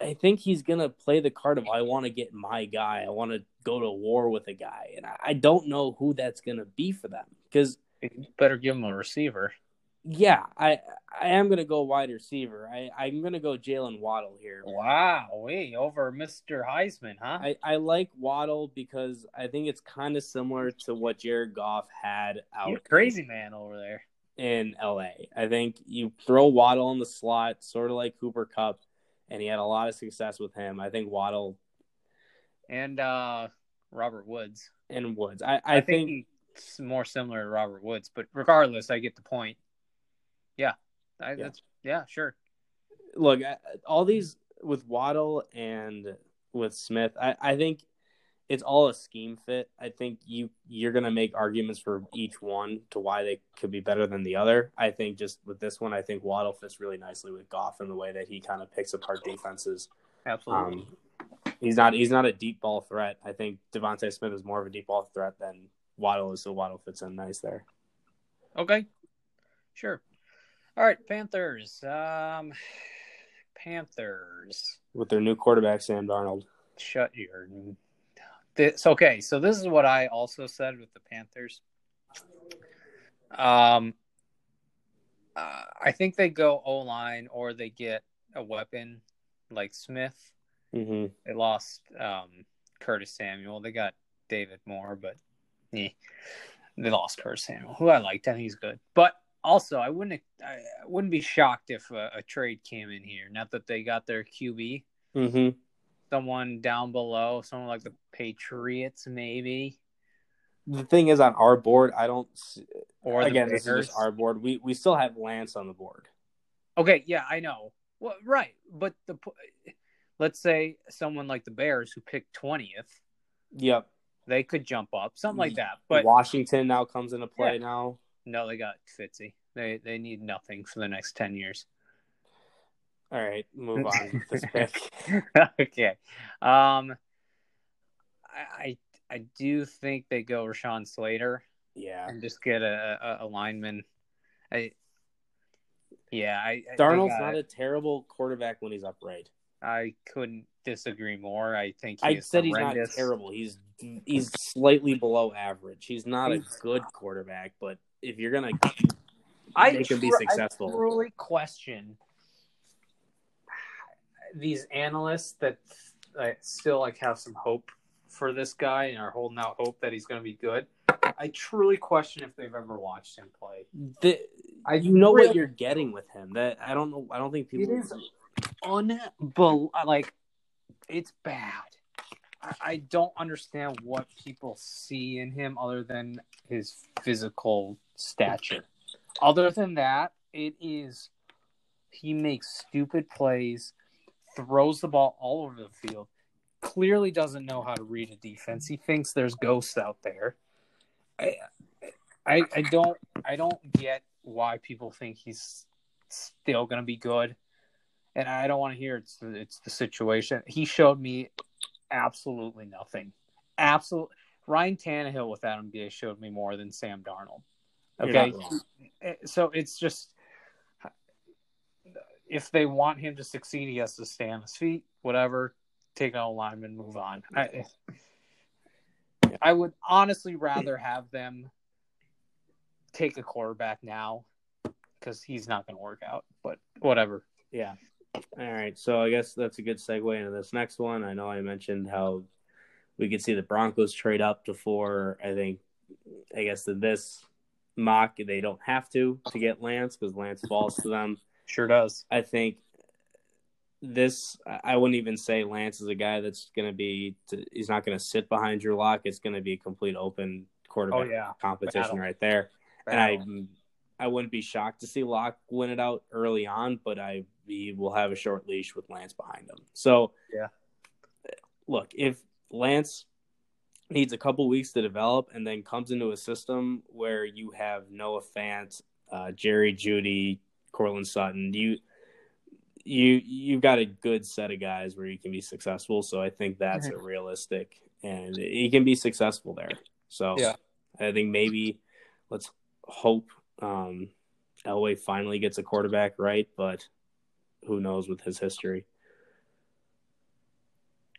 [SPEAKER 1] I think he's gonna play the card of I want to get my guy. I want to go to war with a guy, and I, I don't know who that's gonna be for them because
[SPEAKER 2] You better give him a receiver.
[SPEAKER 1] yeah, I I am gonna go wide receiver. I I'm gonna go Jalen Waddle here.
[SPEAKER 2] Wow, we over Mr. Heisman, huh?
[SPEAKER 1] I I like Waddle because I think it's kind of similar to what Jared Goff had out
[SPEAKER 2] You're a crazy man over there.
[SPEAKER 1] in L.A. I think you throw Waddle in the slot, sort of like Cooper Cup, and he had a lot of success with him. I think Waddle
[SPEAKER 2] And uh Robert Woods.
[SPEAKER 1] and Woods. I
[SPEAKER 2] I,
[SPEAKER 1] I,
[SPEAKER 2] think,
[SPEAKER 1] think
[SPEAKER 2] he's more similar to Robert Woods, but regardless, I get the point. Yeah. I, That's yeah, sure.
[SPEAKER 1] look, I- all these with Waddle and with Smith, I, I think it's all a scheme fit. I think you you're gonna make arguments for each one to why they could be better than the other. I think just with this one, I think Waddle fits really nicely with Goff in the way that he kind of picks apart defenses.
[SPEAKER 2] Absolutely.
[SPEAKER 1] Um, he's not he's not a deep ball threat. I think Devontae Smith is more of a deep ball threat than Waddle is, so Waddle fits in nice there.
[SPEAKER 2] Okay. Sure. All right, Panthers. Um *sighs* Panthers.
[SPEAKER 1] With their new quarterback Sam Darnold.
[SPEAKER 2] Shut your this okay, so this is what I also said with the Panthers. Um uh, I think they go O line or they get a weapon like Smith.
[SPEAKER 1] hmm
[SPEAKER 2] They lost um Curtis Samuel. They got David Moore, but eh. they lost Curtis Samuel, who I liked. I think he's good, but also I wouldn't I wouldn't be shocked if a, a trade came in here. Not that they got their QB,
[SPEAKER 1] hmm
[SPEAKER 2] someone down below, someone like the Patriots maybe,
[SPEAKER 1] The thing is, on our board, I don't. See,
[SPEAKER 2] or
[SPEAKER 1] again,
[SPEAKER 2] the
[SPEAKER 1] this is
[SPEAKER 2] Bears.
[SPEAKER 1] just our board. We we still have Lance on the board.
[SPEAKER 2] Okay, yeah, I know. Well, right, but the po- let's say someone like the Bears who picked twentieth,
[SPEAKER 1] Yep.
[SPEAKER 2] they could jump up, something like that. But
[SPEAKER 1] Washington now comes into play now.
[SPEAKER 2] no, they got Fitzy. They they need nothing for the next ten years. *laughs*
[SPEAKER 1] All right, move on with this pick.
[SPEAKER 2] okay. Um I I I do think they go Rashawn Slater
[SPEAKER 1] Yeah,
[SPEAKER 2] and just get a, a, a lineman. I yeah, I I- they
[SPEAKER 1] Darnold's
[SPEAKER 2] got
[SPEAKER 1] not
[SPEAKER 2] it.
[SPEAKER 1] a terrible quarterback when he's upright.
[SPEAKER 2] I couldn't disagree more. I think he
[SPEAKER 1] I
[SPEAKER 2] is
[SPEAKER 1] said
[SPEAKER 2] horrendous.
[SPEAKER 1] he's not terrible. He's he's slightly below average. He's not a good quarterback, but if you're gonna
[SPEAKER 2] I
[SPEAKER 1] make him be
[SPEAKER 2] tru- I
[SPEAKER 1] successful,
[SPEAKER 2] truly question these analysts that uh, still like have some hope for this guy and are holding out hope that he's going to be good. I truly question if they've ever watched him play.
[SPEAKER 1] the,
[SPEAKER 2] I
[SPEAKER 1] you know
[SPEAKER 2] really-
[SPEAKER 1] what you're getting with him. That I don't know. I don't think people.
[SPEAKER 2] It is unbel like it's bad. I, I don't understand what people see in him other than his physical stature. Other than that, it is he makes stupid plays, throws the ball all over the field, clearly doesn't know how to read a defense. He thinks there's ghosts out there. I I, I don't I don't get why people think he's still gonna be good and I don't want to hear it's the, it's the situation. He showed me absolutely nothing. Absolutely, Ryan Tannehill with Adam Gay showed me more than Sam Darnold.
[SPEAKER 1] You're not
[SPEAKER 2] Okay,
[SPEAKER 1] wrong.
[SPEAKER 2] Eh, so it's just if they want him to succeed, he has to stay on his feet. Whatever, take out a lineman, move on. I, I would honestly rather have them take a quarterback now because he's not going to work out. But whatever.
[SPEAKER 1] Yeah. All right. So I guess that's a good segue into this next one. I know I mentioned how we could see the Broncos trade up to four. I think, I guess, in this mock, they don't have to to get Lance because Lance falls to them.
[SPEAKER 2] Sure does.
[SPEAKER 1] I think this I- I wouldn't even say Lance is a guy that's going to be he's not going to sit behind Drew Lock. It's going to be a complete open quarterback
[SPEAKER 2] Oh yeah.
[SPEAKER 1] competition
[SPEAKER 2] Battle.
[SPEAKER 1] right there. And I I wouldn't be shocked to see Lock win it out early on, but I he will have a short leash with Lance behind him. So
[SPEAKER 2] Yeah.
[SPEAKER 1] look if Lance needs a couple weeks to develop and then comes into a system where you have Noah Fant, uh, Jerry Judy, Cortland Sutton, you you you've got a good set of guys where you can be successful. So I think that's
[SPEAKER 2] Mm-hmm.
[SPEAKER 1] a realistic, and he can be successful there. So
[SPEAKER 2] Yeah.
[SPEAKER 1] I think maybe let's hope um, Elway finally gets a quarterback right, but who knows with his history?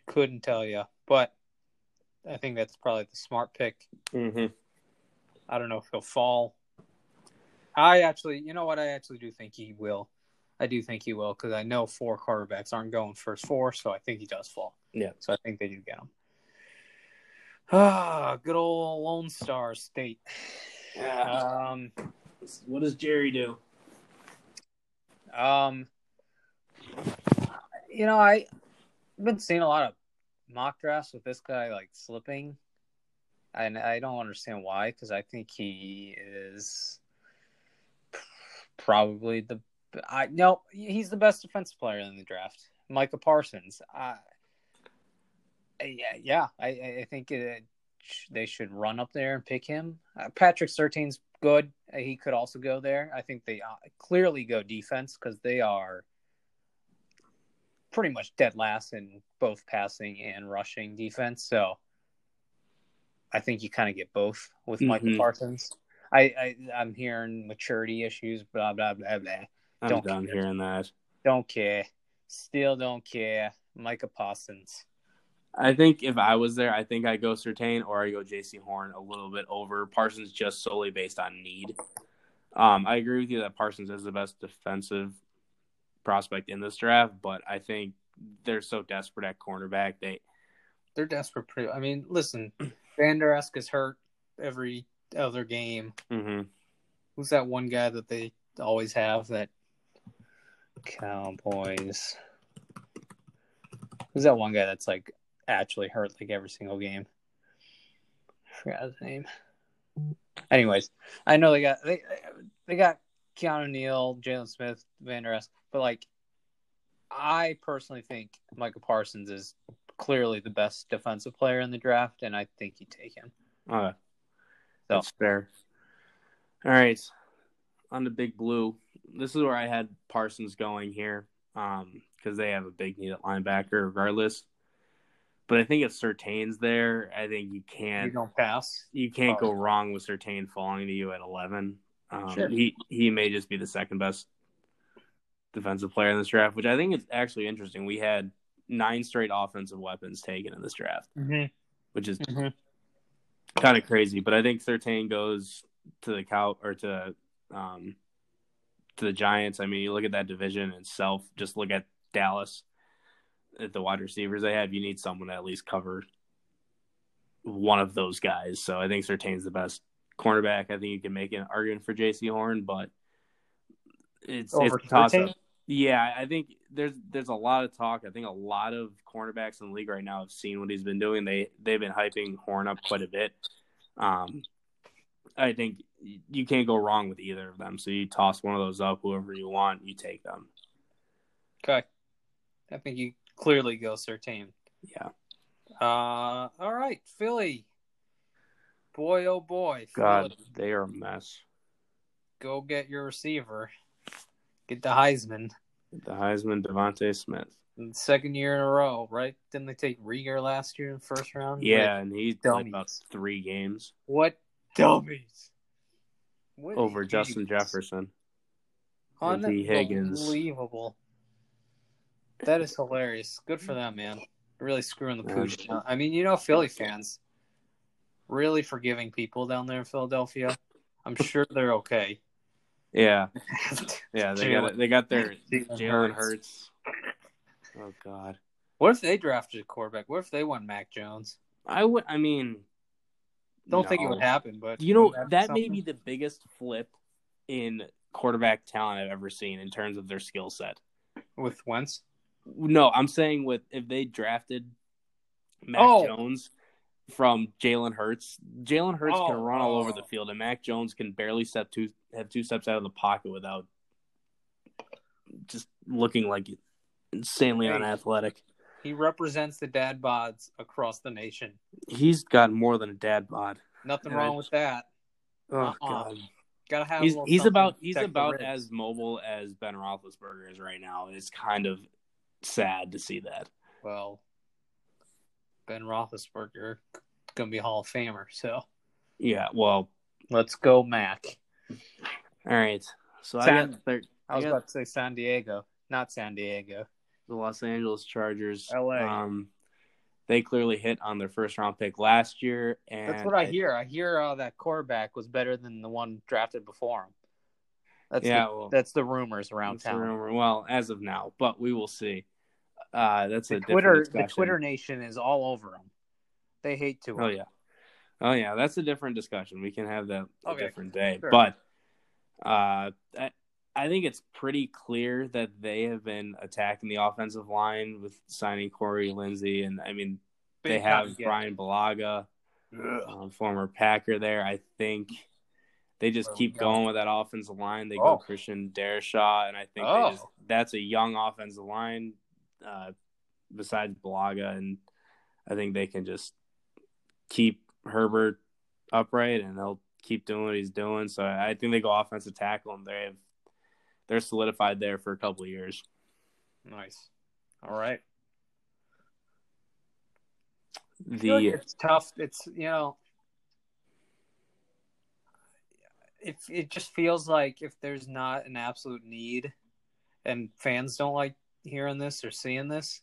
[SPEAKER 2] couldn't tell you, but I think that's probably the smart pick.
[SPEAKER 1] Mm-hmm.
[SPEAKER 2] I don't know if he'll fall. I actually, you know what? I actually do think he will. I do think he will because I know four quarterbacks aren't going first four, so I think he does fall.
[SPEAKER 1] Yeah.
[SPEAKER 2] So I think they do get him. *sighs* Ah, good old Lone Star State. Um,
[SPEAKER 1] What does Jerry do?
[SPEAKER 2] Um, you know, I- I've been seeing a lot of mock drafts with this guy like slipping, and I don't understand why because I think he is probably the I no he's the best defensive player in the draft. Micah Parsons. I, I- yeah, yeah. I I I think it, they should run up there and pick him. Uh, Patrick Sertain's good. Uh, He could also go there. I think they uh, clearly go defense because they are pretty much dead last in both passing and rushing defense. So I think you kind of get both with Michael
[SPEAKER 1] Mhm.
[SPEAKER 2] Parsons. I, I I'm hearing maturity issues, blah blah blah blah.
[SPEAKER 1] I'm
[SPEAKER 2] Don't
[SPEAKER 1] done
[SPEAKER 2] care.
[SPEAKER 1] hearing that.
[SPEAKER 2] Don't care. Still don't care. Micah Parsons.
[SPEAKER 1] I think if I was there, I think I go Sertain or I go J.C. Horn a little bit over Parsons just solely based on need. Um, I agree with you that Parsons is the best defensive prospect in this draft, but I think they're so desperate at cornerback they
[SPEAKER 3] They're desperate. Pretty. I mean, listen, *clears throat* Van Der Esk is hurt every other game.
[SPEAKER 1] Mhm.
[SPEAKER 3] Who's that one guy that they always have that
[SPEAKER 2] Cowboys. Who's that one guy that's like actually hurt like every single game? I forgot his name. Anyways, I know they got they they got Keanu Neal, Jalen Smith, Van Der Esch, but like I personally think Michael Parsons is clearly the best defensive player in the draft, and I think you take him.
[SPEAKER 1] Uh, that's fair. All right. On to Big Blue. This is where I had Parsons going here because they have a big need at linebacker regardless. But I think if Sertain's there, I think you
[SPEAKER 2] You
[SPEAKER 1] can't
[SPEAKER 2] don't pass.
[SPEAKER 1] you can't go wrong with Sertain falling to you at eleven. Um,
[SPEAKER 2] Sure.
[SPEAKER 1] He he may just be the second best defensive player in this draft, which I think is actually interesting. We had nine straight offensive weapons taken in this draft
[SPEAKER 2] Mm-hmm.
[SPEAKER 1] which is
[SPEAKER 2] Mhm.
[SPEAKER 1] kind of crazy. But I think Sertain goes to the cow or to um to the Giants. I mean, you look at that division itself. Just look at Dallas at the wide receivers they have. You need someone to at least cover one of those guys. So I think Sertain's the best cornerback. I think you can make an argument for J.C. Horn, but it's
[SPEAKER 2] Over
[SPEAKER 1] it's a toss up.
[SPEAKER 2] Surtain?
[SPEAKER 1] Yeah, I think there's there's a lot of talk. I think a lot of cornerbacks in the league right now have seen what he's been doing. They they've been hyping Horn up quite a bit. Um, I think y- you can't go wrong with either of them. So you toss one of those up, whoever you want, you take them.
[SPEAKER 3] Okay. I think you clearly go Sertain.
[SPEAKER 1] Yeah.
[SPEAKER 3] Uh, all right, Philly. Boy, oh boy,
[SPEAKER 1] God,
[SPEAKER 3] Philly,
[SPEAKER 1] they are a mess.
[SPEAKER 3] go get your receiver. Get the Heisman.
[SPEAKER 1] The Heisman, Devontae Smith.
[SPEAKER 3] Second year in a row, right? Didn't they take Rieger last year in the first round?
[SPEAKER 1] Yeah, and he played
[SPEAKER 3] dummies.
[SPEAKER 1] about three games
[SPEAKER 3] What dummies. What
[SPEAKER 1] over
[SPEAKER 3] idiots.
[SPEAKER 1] Justin Jefferson. and T. Higgins.
[SPEAKER 3] Unbelievable. That is hilarious. Good for them, man. Really screwing the
[SPEAKER 1] Yeah.
[SPEAKER 3] pooch. down. I mean, you know, Philly fans really forgiving people down there in Philadelphia.
[SPEAKER 1] *laughs*
[SPEAKER 3] I'm sure they're okay.
[SPEAKER 1] Yeah, yeah, they
[SPEAKER 3] Jalen-
[SPEAKER 1] got they got their Jalen
[SPEAKER 3] Hurts.
[SPEAKER 1] Hurts. Oh God.
[SPEAKER 3] What if they drafted a quarterback? What if they won Mac Jones?
[SPEAKER 1] I would. I mean,
[SPEAKER 3] Don't think it
[SPEAKER 1] no.
[SPEAKER 3] would happen, but
[SPEAKER 1] You know
[SPEAKER 3] wouldn't
[SPEAKER 1] that
[SPEAKER 3] be
[SPEAKER 1] may
[SPEAKER 3] something?
[SPEAKER 1] be the biggest flip in quarterback talent I've ever seen in terms of their skill set.
[SPEAKER 3] with Wentz.
[SPEAKER 1] No, I'm saying with if they drafted Mac
[SPEAKER 3] Oh.
[SPEAKER 1] Jones from Jalen Hurts, Jalen Hurts can
[SPEAKER 3] Oh,
[SPEAKER 1] run all over
[SPEAKER 3] oh.
[SPEAKER 1] the field, and Mac Jones can barely step two have two steps out of the pocket without just looking like insanely
[SPEAKER 3] Hey.
[SPEAKER 1] unathletic.
[SPEAKER 3] He represents the dad bods across the nation.
[SPEAKER 1] He's got more than a dad bod.
[SPEAKER 3] Nothing
[SPEAKER 1] And I-
[SPEAKER 3] wrong with that.
[SPEAKER 1] Oh
[SPEAKER 3] Uh-uh.
[SPEAKER 1] God.
[SPEAKER 3] Gotta have. a
[SPEAKER 1] he's
[SPEAKER 3] little
[SPEAKER 1] he's
[SPEAKER 3] something
[SPEAKER 1] about
[SPEAKER 3] to
[SPEAKER 1] he's
[SPEAKER 3] protect the
[SPEAKER 1] about
[SPEAKER 3] ribs.
[SPEAKER 1] as mobile as Ben Roethlisberger is right now. It's kind of sad to see that.
[SPEAKER 3] well, Ben Roethlisberger gonna be a Hall of Famer. So
[SPEAKER 1] Yeah. Well.
[SPEAKER 3] let's go, Mac.
[SPEAKER 1] All right. So I
[SPEAKER 3] Sad.
[SPEAKER 1] got thir-
[SPEAKER 3] I was
[SPEAKER 1] Yeah.
[SPEAKER 3] about to say San Diego, not San Diego.
[SPEAKER 1] the Los Angeles Chargers.
[SPEAKER 3] LA.
[SPEAKER 1] Um, they clearly hit on their first round pick last year, and
[SPEAKER 3] That's what I hear. I hear uh, that quarterback was better than the one drafted before him. That's
[SPEAKER 1] yeah.
[SPEAKER 3] the,
[SPEAKER 1] well,
[SPEAKER 3] that's the rumors around
[SPEAKER 1] that's the
[SPEAKER 3] town.
[SPEAKER 1] rumor. Well, as of now, but we will see. Uh, that's a
[SPEAKER 3] The
[SPEAKER 1] different
[SPEAKER 3] Twitter the
[SPEAKER 1] discussion.
[SPEAKER 3] Twitter nation is all over him. They hate to.
[SPEAKER 1] Oh
[SPEAKER 3] him.
[SPEAKER 1] yeah, oh yeah. That's a different discussion. We can have that a
[SPEAKER 3] Okay,
[SPEAKER 1] different day.
[SPEAKER 3] sure.
[SPEAKER 1] But uh, I, I think it's pretty clear that they have been attacking the offensive line with signing Corey Lindsey, and I mean they
[SPEAKER 3] Big
[SPEAKER 1] have
[SPEAKER 3] time get.
[SPEAKER 1] Brian Balaga, um, former Packer. There, I think they just
[SPEAKER 3] Where we
[SPEAKER 1] keep
[SPEAKER 3] going?
[SPEAKER 1] going with that offensive line. They
[SPEAKER 3] Oh.
[SPEAKER 1] go Christian Darishaw, and I think
[SPEAKER 3] Oh.
[SPEAKER 1] they just, that's a young offensive line. Uh, besides Blaga, and I think they can just keep Herbert upright, and he'll keep doing what he's doing. So I think they go offensive tackle, and they have they're solidified there for a couple of years.
[SPEAKER 3] Nice.
[SPEAKER 2] All right. I
[SPEAKER 1] The
[SPEAKER 2] feel like it's tough. It's you know, it it just feels like if there's not an absolute need, and fans don't like hearing this or seeing this,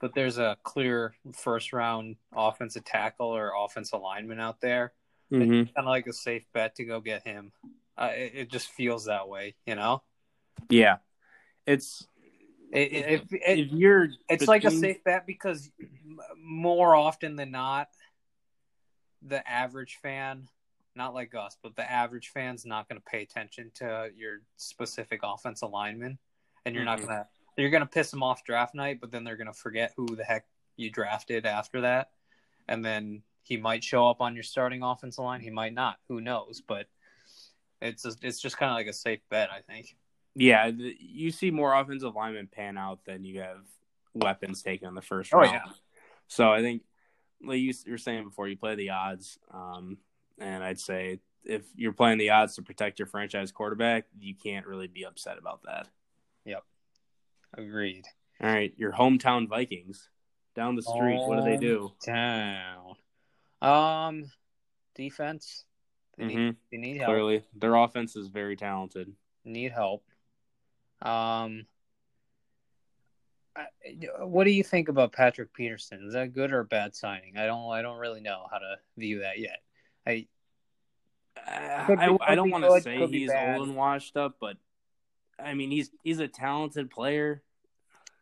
[SPEAKER 2] but there's a clear first round offensive tackle or offensive lineman out there,
[SPEAKER 1] Mhm.
[SPEAKER 2] kind of like a safe bet to go get him. Uh, it, it just feels that way, you know.
[SPEAKER 1] yeah, it's
[SPEAKER 2] It, it, it,
[SPEAKER 1] if you're
[SPEAKER 2] It's like a
[SPEAKER 1] between-
[SPEAKER 2] safe bet because m- more often than not, the average fan, not like us, but the average fan's not going to pay attention to your specific offensive lineman, and you're
[SPEAKER 1] Mhm.
[SPEAKER 2] not going to you're going to piss them off draft night, but then they're going to forget who the heck you drafted after that, and then he might show up on your starting offensive line, he might not, who knows? But it's just, it's just kind of like a safe bet, I think.
[SPEAKER 1] yeah, the, you see more offensive linemen pan out than you have weapons taken in the first
[SPEAKER 2] Oh,
[SPEAKER 1] round.
[SPEAKER 2] yeah.
[SPEAKER 1] So I think, like you s- you were saying before, you play the odds, um, and I'd say if you're playing the odds to protect your franchise quarterback, you can't really be upset about that.
[SPEAKER 2] Agreed.
[SPEAKER 1] All right, your hometown Vikings down the street. What
[SPEAKER 2] Oh.
[SPEAKER 1] do they do?
[SPEAKER 2] down. Um, defense. They need,
[SPEAKER 1] hmm
[SPEAKER 2] they need help.
[SPEAKER 1] Clearly, their offense is very talented.
[SPEAKER 2] Need help. Um, I, what do you think about Patrick Peterson? Is that good or a bad signing? I don't. I don't really know how to view that yet. I
[SPEAKER 1] I,
[SPEAKER 2] Could be-
[SPEAKER 1] I- I
[SPEAKER 2] could
[SPEAKER 1] don't
[SPEAKER 2] be
[SPEAKER 1] want to
[SPEAKER 2] good,
[SPEAKER 1] say
[SPEAKER 2] could be
[SPEAKER 1] he's
[SPEAKER 2] bad.
[SPEAKER 1] old and washed up, but I mean he's he's a talented player.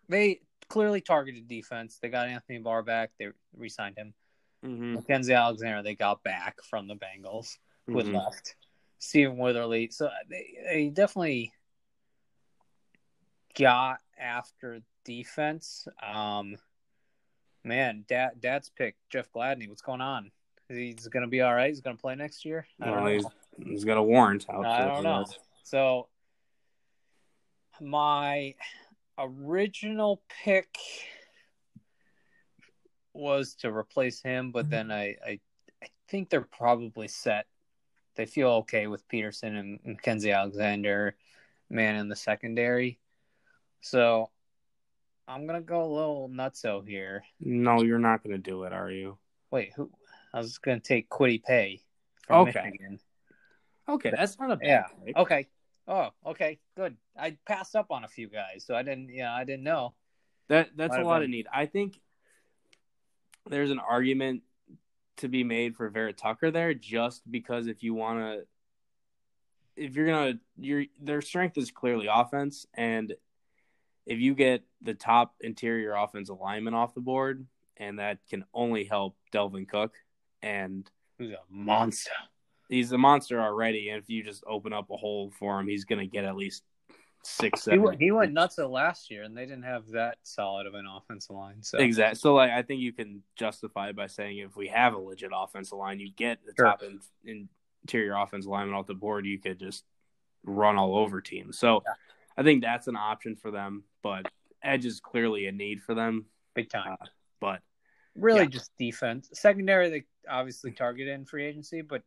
[SPEAKER 2] they clearly targeted defense. They got Anthony Barr back. They re-signed him.
[SPEAKER 1] Mm-hmm.
[SPEAKER 2] Mackenzie Alexander. They got back from the Bengals. who
[SPEAKER 1] mm-hmm.
[SPEAKER 2] had left. Stephen Witherly. So they, they definitely got after defense. Um, man, dad, dad's pick Jeff Gladney. What's going on? He's gonna be all right. He's gonna play next year. I don't
[SPEAKER 1] Well,
[SPEAKER 2] know.
[SPEAKER 1] he's, he's got a warrant out.
[SPEAKER 2] I
[SPEAKER 1] for that.
[SPEAKER 2] don't know. So my original pick was to replace him, but then I, I I think they're probably set. They feel okay with Peterson and Mackenzie Alexander, man in the secondary. So I'm gonna go a little nutso here.
[SPEAKER 1] No, you're not going to do it, are you?
[SPEAKER 2] Wait, who? I was gonna take Quiddy Pay from
[SPEAKER 1] Okay.
[SPEAKER 2] Michigan.
[SPEAKER 1] Okay, that's not a bad
[SPEAKER 2] Yeah.
[SPEAKER 1] pick.
[SPEAKER 2] Okay. Oh, okay. Good. I passed up on a few guys, so I didn't. Yeah, I didn't know.
[SPEAKER 1] That that's
[SPEAKER 2] Might
[SPEAKER 1] a
[SPEAKER 2] have
[SPEAKER 1] lot
[SPEAKER 2] been.
[SPEAKER 1] of need. I think there's an argument to be made for Vera Tucker there, just because if you want to, if you're gonna, your their strength is clearly offense, and if you get the top interior offensive lineman off the board, and that can only help Delvin Cook, and
[SPEAKER 2] Who's a monster?
[SPEAKER 1] he's a monster already. And if you just open up a hole for him, he's gonna get at least six,
[SPEAKER 2] He
[SPEAKER 1] seven.
[SPEAKER 2] went, he went nuts last year, and they didn't have that solid of an offensive line. So
[SPEAKER 1] Exactly. So, like, I think you can justify it by saying if we have a legit offensive line, you get the
[SPEAKER 2] Sure.
[SPEAKER 1] top in, interior offensive lineman off the board, you could just run all over teams. So, I think that's an option for them. But edge is clearly a need for them.
[SPEAKER 2] big time.
[SPEAKER 1] But
[SPEAKER 2] Really,
[SPEAKER 1] yeah.
[SPEAKER 2] just defense. Secondary, they obviously targeted in free agency, but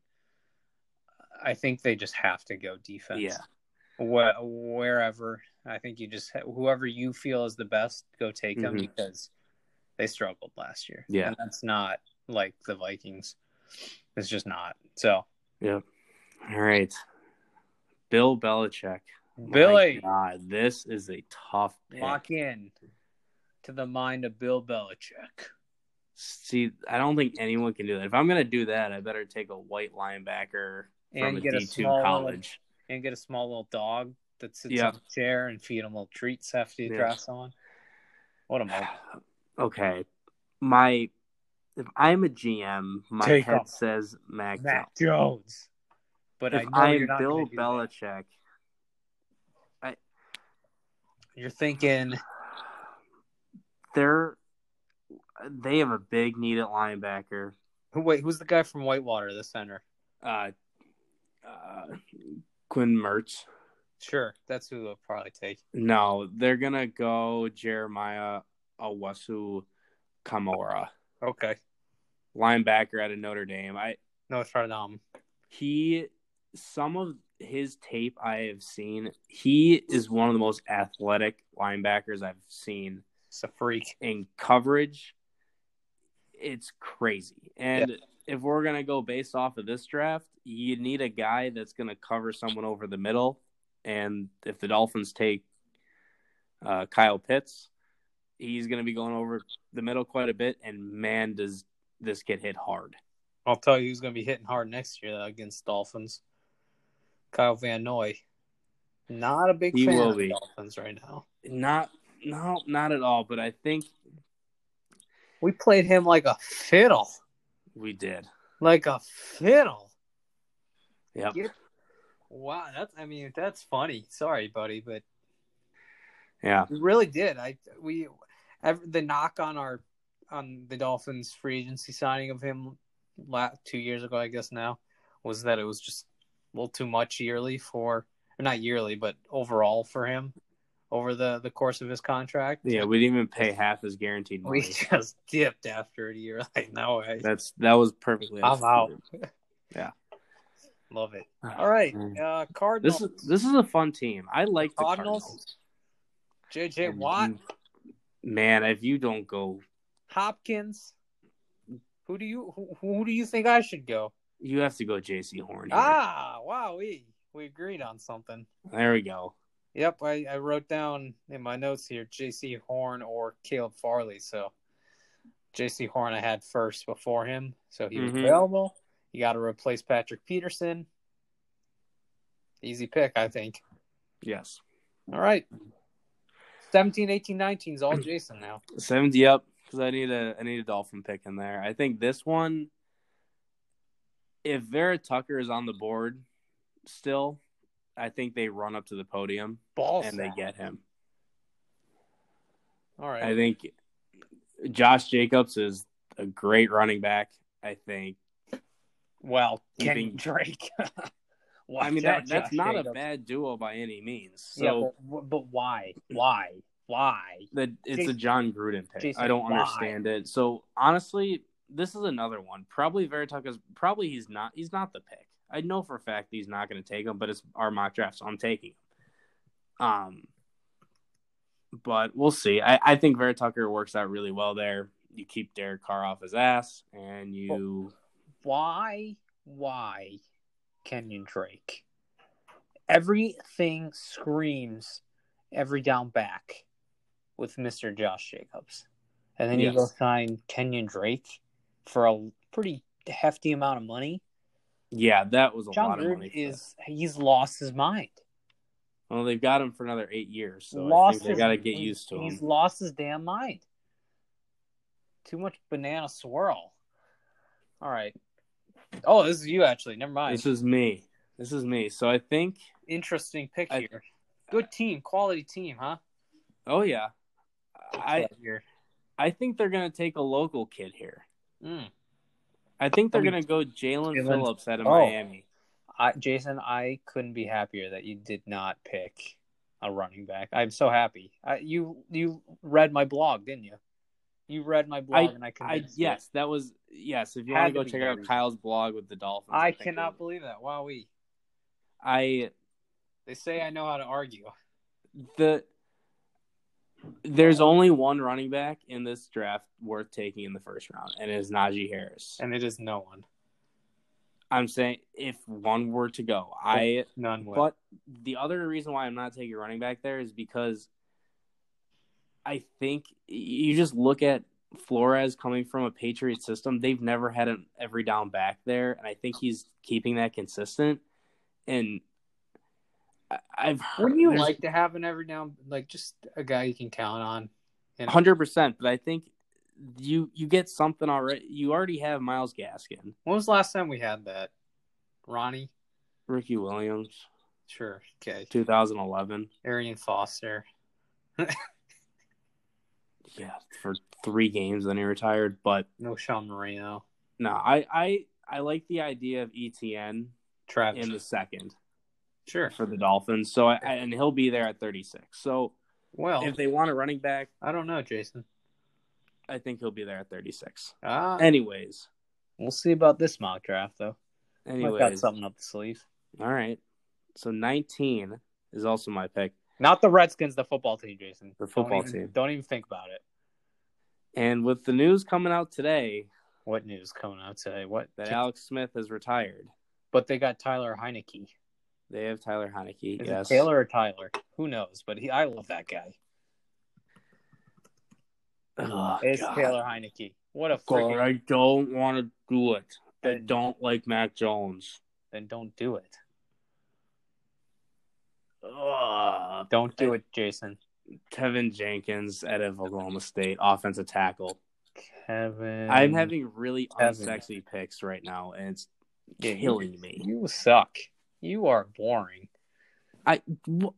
[SPEAKER 2] I think they just have to go defense.
[SPEAKER 1] Yeah.
[SPEAKER 2] Wh- wherever I think you just whoever you feel is the best, go take them
[SPEAKER 1] Mhm.
[SPEAKER 2] because they struggled last year.
[SPEAKER 1] Yeah.
[SPEAKER 2] and that's not like the Vikings. It's just not. So
[SPEAKER 1] all right, Bill Belichick. My
[SPEAKER 2] Billy,
[SPEAKER 1] God, this is a tough pick.
[SPEAKER 2] lock in to the mind of Bill Belichick.
[SPEAKER 1] See, I don't think anyone can do that. If I'm gonna do that, I better take a white linebacker from
[SPEAKER 2] And
[SPEAKER 1] a
[SPEAKER 2] get a
[SPEAKER 1] D2
[SPEAKER 2] small-
[SPEAKER 1] college.
[SPEAKER 2] and get a small little dog that sits
[SPEAKER 1] Yeah.
[SPEAKER 2] on a chair and feed him little treats after you
[SPEAKER 1] Yeah.
[SPEAKER 2] draft someone.
[SPEAKER 1] *sighs*
[SPEAKER 2] What a moment.
[SPEAKER 1] okay, my if I'm a GM, my
[SPEAKER 2] Take
[SPEAKER 1] head
[SPEAKER 2] off.
[SPEAKER 1] says Mac.
[SPEAKER 2] Mac
[SPEAKER 1] Jones.
[SPEAKER 2] Jones. But I
[SPEAKER 1] If
[SPEAKER 2] know
[SPEAKER 1] I
[SPEAKER 2] you're
[SPEAKER 1] am
[SPEAKER 2] not
[SPEAKER 1] Bill
[SPEAKER 2] Bill Belichick.
[SPEAKER 1] Belichick,
[SPEAKER 2] You're thinking
[SPEAKER 1] they're they have a big need at linebacker.
[SPEAKER 2] who wait, who's the guy from Whitewater, the center?
[SPEAKER 1] Uh, uh, Quinn Mertz.
[SPEAKER 2] Sure, that's who they'll probably take.
[SPEAKER 1] No, they're gonna go Jeremiah Owasu Kamora,
[SPEAKER 2] Okay.
[SPEAKER 1] linebacker out of Notre Dame. I
[SPEAKER 2] Notre Dame.
[SPEAKER 1] he some of his tape I have seen, he is one of the most athletic linebackers I've seen
[SPEAKER 2] It's a freak.
[SPEAKER 1] in coverage, it's crazy. And if we're gonna go based off of this draft, you need a guy that's gonna cover someone over the middle. And if the Dolphins take uh, Kyle Pitts, he's gonna be going over the middle quite a bit. And man, does this kid hit hard!
[SPEAKER 2] I'll tell you who's going to be hitting hard next year though, against Dolphins. Kyle Van Noy. Not a big
[SPEAKER 1] He
[SPEAKER 2] fan
[SPEAKER 1] will
[SPEAKER 2] of
[SPEAKER 1] be.
[SPEAKER 2] Dolphins right now.
[SPEAKER 1] Not, no, not at all. But I think
[SPEAKER 2] We played him like a fiddle.
[SPEAKER 1] we did.
[SPEAKER 2] Like a fiddle.
[SPEAKER 1] Yep.
[SPEAKER 2] Get- Wow, that's I mean that's funny. Sorry, buddy, but
[SPEAKER 1] Yeah.
[SPEAKER 2] we really did. I we ev the knock on our on the Dolphins free agency signing of him la- two years ago, I guess now, was that it was just a little too much yearly for or not yearly, but overall for him over the the course of his contract.
[SPEAKER 1] Yeah, we didn't even pay half his guaranteed money.
[SPEAKER 2] we *laughs* just dipped after a year. *laughs* Like no way,
[SPEAKER 1] That's that was perfectly.
[SPEAKER 2] I'm out.
[SPEAKER 1] executed.
[SPEAKER 2] love it. All right, uh, Cardinals.
[SPEAKER 1] Mm. This is this is a fun team. I like the
[SPEAKER 2] Cardinals?
[SPEAKER 1] Cardinals.
[SPEAKER 2] JJ
[SPEAKER 1] And
[SPEAKER 2] Watt,
[SPEAKER 1] you- Man, if you don't go,
[SPEAKER 2] Hopkins. Who do you who, who do you think I should go?
[SPEAKER 1] you have to go J.C. Horn. Here.
[SPEAKER 2] Ah, wow, we we agreed on something.
[SPEAKER 1] There we go.
[SPEAKER 2] Yep, I, I wrote down in my notes here J.C. Horn or Caleb Farley. So J.C. Horn I had first before him, so he was
[SPEAKER 1] Mhm.
[SPEAKER 2] available. You got to replace Patrick Peterson. Easy pick, I think.
[SPEAKER 1] Yes,
[SPEAKER 2] All right. 17, 18, 19
[SPEAKER 1] *clears throat*
[SPEAKER 2] is all Jason now.
[SPEAKER 1] seventy up because I need a I need a Dolphin pick in there. I think this one, if Vera Tucker is on the board still, I think they run up to the podium
[SPEAKER 2] Ball
[SPEAKER 1] and they
[SPEAKER 2] sack.
[SPEAKER 1] get him.
[SPEAKER 2] All right.
[SPEAKER 1] I think Josh Jacobs is a great running back. I think.
[SPEAKER 2] well, Kenny
[SPEAKER 1] Keeping-
[SPEAKER 2] *laughs* Drake. well,
[SPEAKER 1] I mean that, that's not
[SPEAKER 2] a
[SPEAKER 1] a bad duo by any means. So
[SPEAKER 2] yeah, but, but why? Why? Why?
[SPEAKER 1] that it's a
[SPEAKER 2] Jason-
[SPEAKER 1] John Gruden pick.
[SPEAKER 2] Jason,
[SPEAKER 1] I don't
[SPEAKER 2] why?
[SPEAKER 1] understand it. So honestly, this is another one. Probably Verituk is probably he's not he's not the pick. I know for a fact he's not going to take him, but it's our mock draft, so I'm taking him. Um, but we'll see. I, I think Veritucker works out really well there. You keep Derek Carr off his ass, and you
[SPEAKER 2] why why Kenyon Drake? Everything screams every down back with Mr. Josh Jacobs. And then
[SPEAKER 1] Yes.
[SPEAKER 2] you go sign Kenyon Drake for a pretty hefty amount of money.
[SPEAKER 1] yeah, that was a
[SPEAKER 2] John
[SPEAKER 1] lot of
[SPEAKER 2] Gruden
[SPEAKER 1] money. for that.
[SPEAKER 2] is he's lost his mind.
[SPEAKER 1] well, they've got him for another eight years, so I
[SPEAKER 2] lost
[SPEAKER 1] think they
[SPEAKER 2] his-
[SPEAKER 1] got to get
[SPEAKER 2] he's-
[SPEAKER 1] used to
[SPEAKER 2] He's
[SPEAKER 1] him.
[SPEAKER 2] lost his damn mind. Too much banana swirl. All right. Oh, this is you actually. Never mind.
[SPEAKER 1] This is me. This is me. So I think
[SPEAKER 2] interesting pick
[SPEAKER 1] I-
[SPEAKER 2] here. Good team, quality team, huh?
[SPEAKER 1] Oh yeah, I
[SPEAKER 2] here.
[SPEAKER 1] I think they're gonna take a local kid here.
[SPEAKER 2] Mm.
[SPEAKER 1] I think they're
[SPEAKER 2] Oh,
[SPEAKER 1] gonna go Jalen
[SPEAKER 2] Jalen-
[SPEAKER 1] Phillips out of
[SPEAKER 2] oh.
[SPEAKER 1] Miami.
[SPEAKER 2] I, Jason, I couldn't be happier that you did not pick a running back. I'm so happy. I, you you read my blog, didn't you? You read my blog,
[SPEAKER 1] I-
[SPEAKER 2] and I can.
[SPEAKER 1] I yes, that was yes. If you want to
[SPEAKER 2] Had to
[SPEAKER 1] go
[SPEAKER 2] be
[SPEAKER 1] check out
[SPEAKER 2] Jalen.
[SPEAKER 1] Kyle's blog with the Dolphins,
[SPEAKER 2] I
[SPEAKER 1] think
[SPEAKER 2] cannot
[SPEAKER 1] it-
[SPEAKER 2] believe that. Wow, we
[SPEAKER 1] I
[SPEAKER 2] they say I know how to argue.
[SPEAKER 1] the there's only one running back in this draft worth taking in the first round, and it is Najee Harris.
[SPEAKER 2] and it is no one.
[SPEAKER 1] I'm saying if one were to go, I
[SPEAKER 2] None would.
[SPEAKER 1] But the other reason why I'm not taking a running back there is because I think you just look at Flores coming from a Patriot system. They've never had an every down back there, and I think he's keeping that consistent. And I- I've heard
[SPEAKER 2] wouldn't you like to have an every now like just a guy you can count on? And
[SPEAKER 1] hundred percent, but I think you you get something already. You already have Miles Gaskin,
[SPEAKER 2] when was the last time we had that? Ronnie,
[SPEAKER 1] Ricky Williams,
[SPEAKER 2] sure, okay.
[SPEAKER 1] 2011.
[SPEAKER 2] Arian Foster,
[SPEAKER 1] Yeah, for three games, then he retired, but.
[SPEAKER 2] no Sean Marino,
[SPEAKER 1] No, I I I like the idea of ETN
[SPEAKER 2] Travis,
[SPEAKER 1] in the second
[SPEAKER 2] sure.
[SPEAKER 1] for the Dolphins. So I, I and he'll be there at 36. So
[SPEAKER 2] Well,
[SPEAKER 1] if they want a running back,
[SPEAKER 2] I don't know, Jason.
[SPEAKER 1] I think he'll be there at 36.
[SPEAKER 2] Uh,
[SPEAKER 1] Anyways,
[SPEAKER 2] we'll see about this mock draft though. I've got
[SPEAKER 1] anyways,
[SPEAKER 2] something up the sleeve.
[SPEAKER 1] all right. So 19 is also my pick.
[SPEAKER 2] Not the Redskins, the football team, Jason.
[SPEAKER 1] The football
[SPEAKER 2] Don't even-
[SPEAKER 1] team.
[SPEAKER 2] Don't even think about it.
[SPEAKER 1] And with the news coming out today
[SPEAKER 2] What news coming out today? What?
[SPEAKER 1] that Alex Smith has retired,
[SPEAKER 2] But they got Tyler Heineke.
[SPEAKER 1] they have Tyler Haneke.
[SPEAKER 2] Is
[SPEAKER 1] yes,
[SPEAKER 2] it Taylor or Tyler? Who knows? But he, I love that guy.
[SPEAKER 1] Oh,
[SPEAKER 2] It's
[SPEAKER 1] God.
[SPEAKER 2] Taylor Heineke. What a
[SPEAKER 1] God,
[SPEAKER 2] freaking.
[SPEAKER 1] I don't want to do it. I
[SPEAKER 2] Then,
[SPEAKER 1] don't like Mac Jones.
[SPEAKER 2] then don't do it.
[SPEAKER 1] Ugh.
[SPEAKER 2] Don't do it, Jason.
[SPEAKER 1] Kevin Jenkins out of Oklahoma State, offensive tackle.
[SPEAKER 2] Kevin.
[SPEAKER 1] I'm having really
[SPEAKER 2] Kevin.
[SPEAKER 1] unsexy picks right now, and it's
[SPEAKER 2] Yeah, you-
[SPEAKER 1] killing me.
[SPEAKER 2] You suck. You are boring.
[SPEAKER 1] Wh-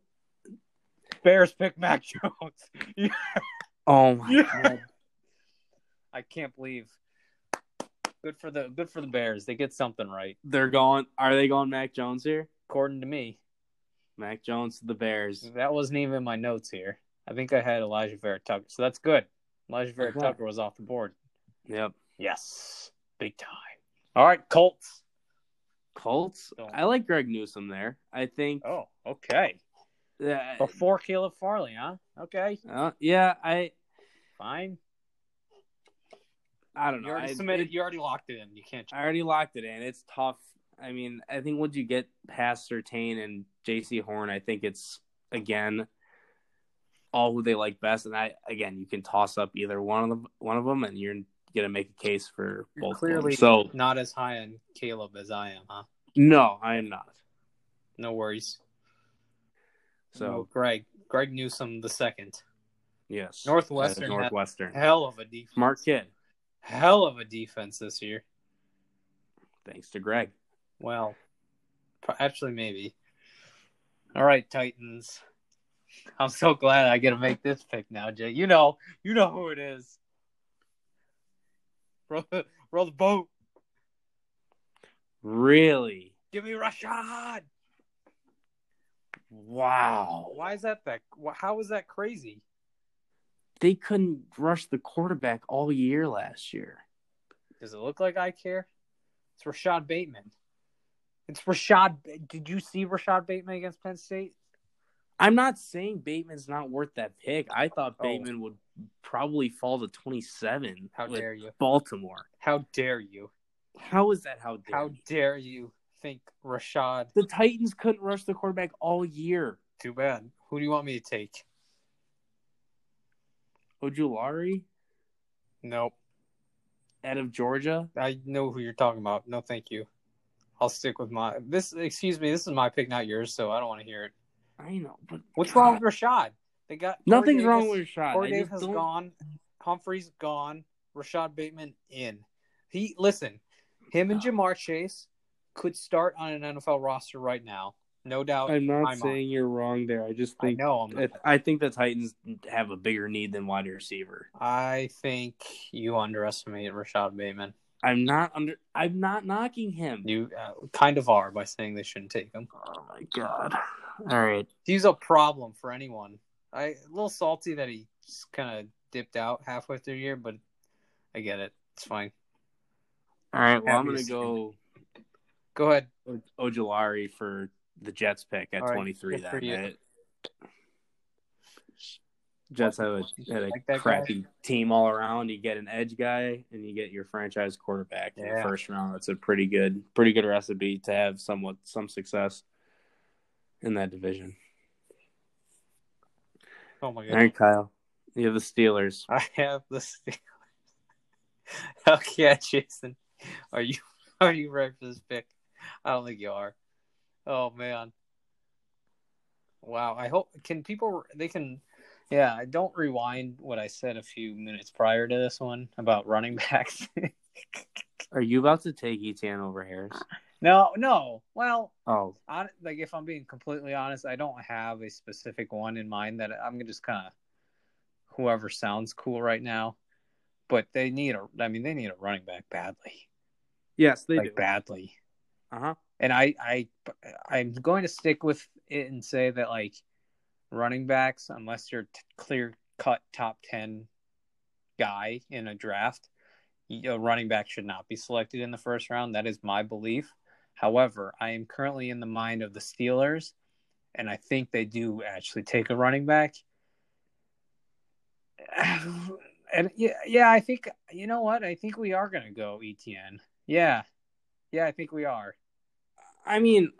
[SPEAKER 2] Bears pick Mac *laughs* Jones. You-
[SPEAKER 1] Oh my
[SPEAKER 2] Yeah.
[SPEAKER 1] god!
[SPEAKER 2] I can't believe. Good for the good for the Bears. They get something right,
[SPEAKER 1] They're going. Are they going Mac Jones here?
[SPEAKER 2] according to me.
[SPEAKER 1] Mac Jones to the Bears.
[SPEAKER 2] That wasn't even in my notes here. I think I had Elijah Vera Tucker, so that's good. Elijah Vera
[SPEAKER 1] Okay.
[SPEAKER 2] Tucker was off the board. Mm-hmm.
[SPEAKER 1] Yep.
[SPEAKER 2] Yes, big time. All right, Colts.
[SPEAKER 1] Colts.
[SPEAKER 2] Don't.
[SPEAKER 1] I like Greg Newsom there. I think.
[SPEAKER 2] Oh, okay.
[SPEAKER 1] Yeah,
[SPEAKER 2] Before Caleb Farley, huh? Okay,
[SPEAKER 1] uh, yeah. I.
[SPEAKER 2] fine.
[SPEAKER 1] I don't
[SPEAKER 2] You
[SPEAKER 1] know. I,
[SPEAKER 2] already submitted.
[SPEAKER 1] it-
[SPEAKER 2] You already locked it in. You can't.
[SPEAKER 1] I already locked it in. It's tough. I mean, I think once you get past Sertain and J.C. Horn, I think it's again all who they like best. And I again, you can toss up either one of them, one of them, and you're gonna make a case for
[SPEAKER 2] You're
[SPEAKER 1] both. of
[SPEAKER 2] clearly
[SPEAKER 1] them. so
[SPEAKER 2] not as high on Caleb as I am, huh?
[SPEAKER 1] no, I am not.
[SPEAKER 2] No worries.
[SPEAKER 1] So
[SPEAKER 2] No, Greg, Greg Newsom the second.
[SPEAKER 1] yes,
[SPEAKER 2] Northwestern
[SPEAKER 1] Uh,
[SPEAKER 2] had-
[SPEAKER 1] Northwestern,
[SPEAKER 2] Hell of a defense.
[SPEAKER 1] smart kid.
[SPEAKER 2] Hell of a defense this year.
[SPEAKER 1] Thanks to Greg.
[SPEAKER 2] Well, pro- actually, maybe. All right, Titans. I'm so glad I get to make this pick now, Jay. You know, you know who it is. Roll, roll the boat.
[SPEAKER 1] Really?
[SPEAKER 2] Give me Rashad.
[SPEAKER 1] Wow.
[SPEAKER 2] Why is that that? wh- How is that crazy?
[SPEAKER 1] They couldn't rush the quarterback all year last year.
[SPEAKER 2] Does it look like I care? It's Rashad Bateman. It's Rashad. Ba- Did you see Rashad Bateman against Penn State?
[SPEAKER 1] I'm not saying Bateman's not worth that pick. I thought
[SPEAKER 2] Oh.
[SPEAKER 1] Bateman would probably fall to 27
[SPEAKER 2] How
[SPEAKER 1] with
[SPEAKER 2] dare you?
[SPEAKER 1] Baltimore.
[SPEAKER 2] How dare you?
[SPEAKER 1] How is that? How dare
[SPEAKER 2] How
[SPEAKER 1] you?
[SPEAKER 2] dare you think Rashad?
[SPEAKER 1] the Titans couldn't rush the quarterback all year?
[SPEAKER 2] Too bad. Who do you want me to take?
[SPEAKER 1] Ojulari
[SPEAKER 2] Nope.
[SPEAKER 1] out of Georgia.
[SPEAKER 2] I know who you're talking about. No, thank you. I'll stick with my. This, excuse me, this is my pick, not yours, so I don't want to hear it.
[SPEAKER 1] I know, but
[SPEAKER 2] What's wrong with Rashad? They got
[SPEAKER 1] Nothing's
[SPEAKER 2] Corey
[SPEAKER 1] wrong
[SPEAKER 2] Davis-
[SPEAKER 1] with Rashad.
[SPEAKER 2] Corey
[SPEAKER 1] I
[SPEAKER 2] Davis
[SPEAKER 1] just
[SPEAKER 2] has
[SPEAKER 1] don't-
[SPEAKER 2] gone. Humphrey's gone. Rashad Bateman in. He listen. Him and Jamar Chase could start on an NFL roster right now, no doubt.
[SPEAKER 1] I'm not
[SPEAKER 2] I'm on.
[SPEAKER 1] saying you're wrong there. I just
[SPEAKER 2] I
[SPEAKER 1] think
[SPEAKER 2] know. I'm
[SPEAKER 1] I, I think the Titans have a bigger need than wide receiver.
[SPEAKER 2] I think you underestimate Rashad Bateman.
[SPEAKER 1] I'm not under. I'm not knocking him.
[SPEAKER 2] You uh, kind of are by saying they shouldn't take him.
[SPEAKER 1] Oh my god! All right,
[SPEAKER 2] He's a problem for anyone. I a little salty that he kind of dipped out halfway through the year, but I get it. It's fine.
[SPEAKER 1] all right. Well, I'm
[SPEAKER 2] Happy
[SPEAKER 1] gonna
[SPEAKER 2] to see
[SPEAKER 1] go
[SPEAKER 2] Go ahead.
[SPEAKER 1] O- Ojulari for the Jets pick at
[SPEAKER 2] All right,
[SPEAKER 1] 23.
[SPEAKER 2] good for
[SPEAKER 1] Then
[SPEAKER 2] you.
[SPEAKER 1] right? Jets have a, had a
[SPEAKER 2] Like that guy?
[SPEAKER 1] crappy team all around. You get an edge guy, and you get your franchise quarterback in the
[SPEAKER 2] Yeah.
[SPEAKER 1] first round. That's a pretty good, pretty good recipe to have somewhat some success in that division.
[SPEAKER 2] Oh my
[SPEAKER 1] All
[SPEAKER 2] god.
[SPEAKER 1] right, Kyle, you have the Steelers.
[SPEAKER 2] I have the Steelers. *laughs* okay, Jason, are you *laughs* are you ready for this pick? I don't think you are. Oh man, wow. I hope can people they can. Yeah, I don't rewind what I said a few minutes prior to this one about running *laughs* backs.
[SPEAKER 1] Are you about to take Etienne over Harris?
[SPEAKER 2] no, no. Well,
[SPEAKER 1] Oh,
[SPEAKER 2] on, like if I'm being completely honest, I don't have a specific one in mind that I'm gonna just kind of whoever sounds cool right now. But they need a, I mean, they need a running back badly,
[SPEAKER 1] yes, they
[SPEAKER 2] like badly.
[SPEAKER 1] Uh huh.
[SPEAKER 2] And I, I, I'm going to stick with it and say that like running backs, unless you're t- clear cut top ten guy in a draft, a running back should not be selected in the first round. That is my belief. However, I am currently in the mind of the Steelers and I think they do actually take a running back. *sighs* And yeah, yeah, I think you know what? I think we are going to go ETN. Yeah, yeah, I think we are.
[SPEAKER 1] I mean,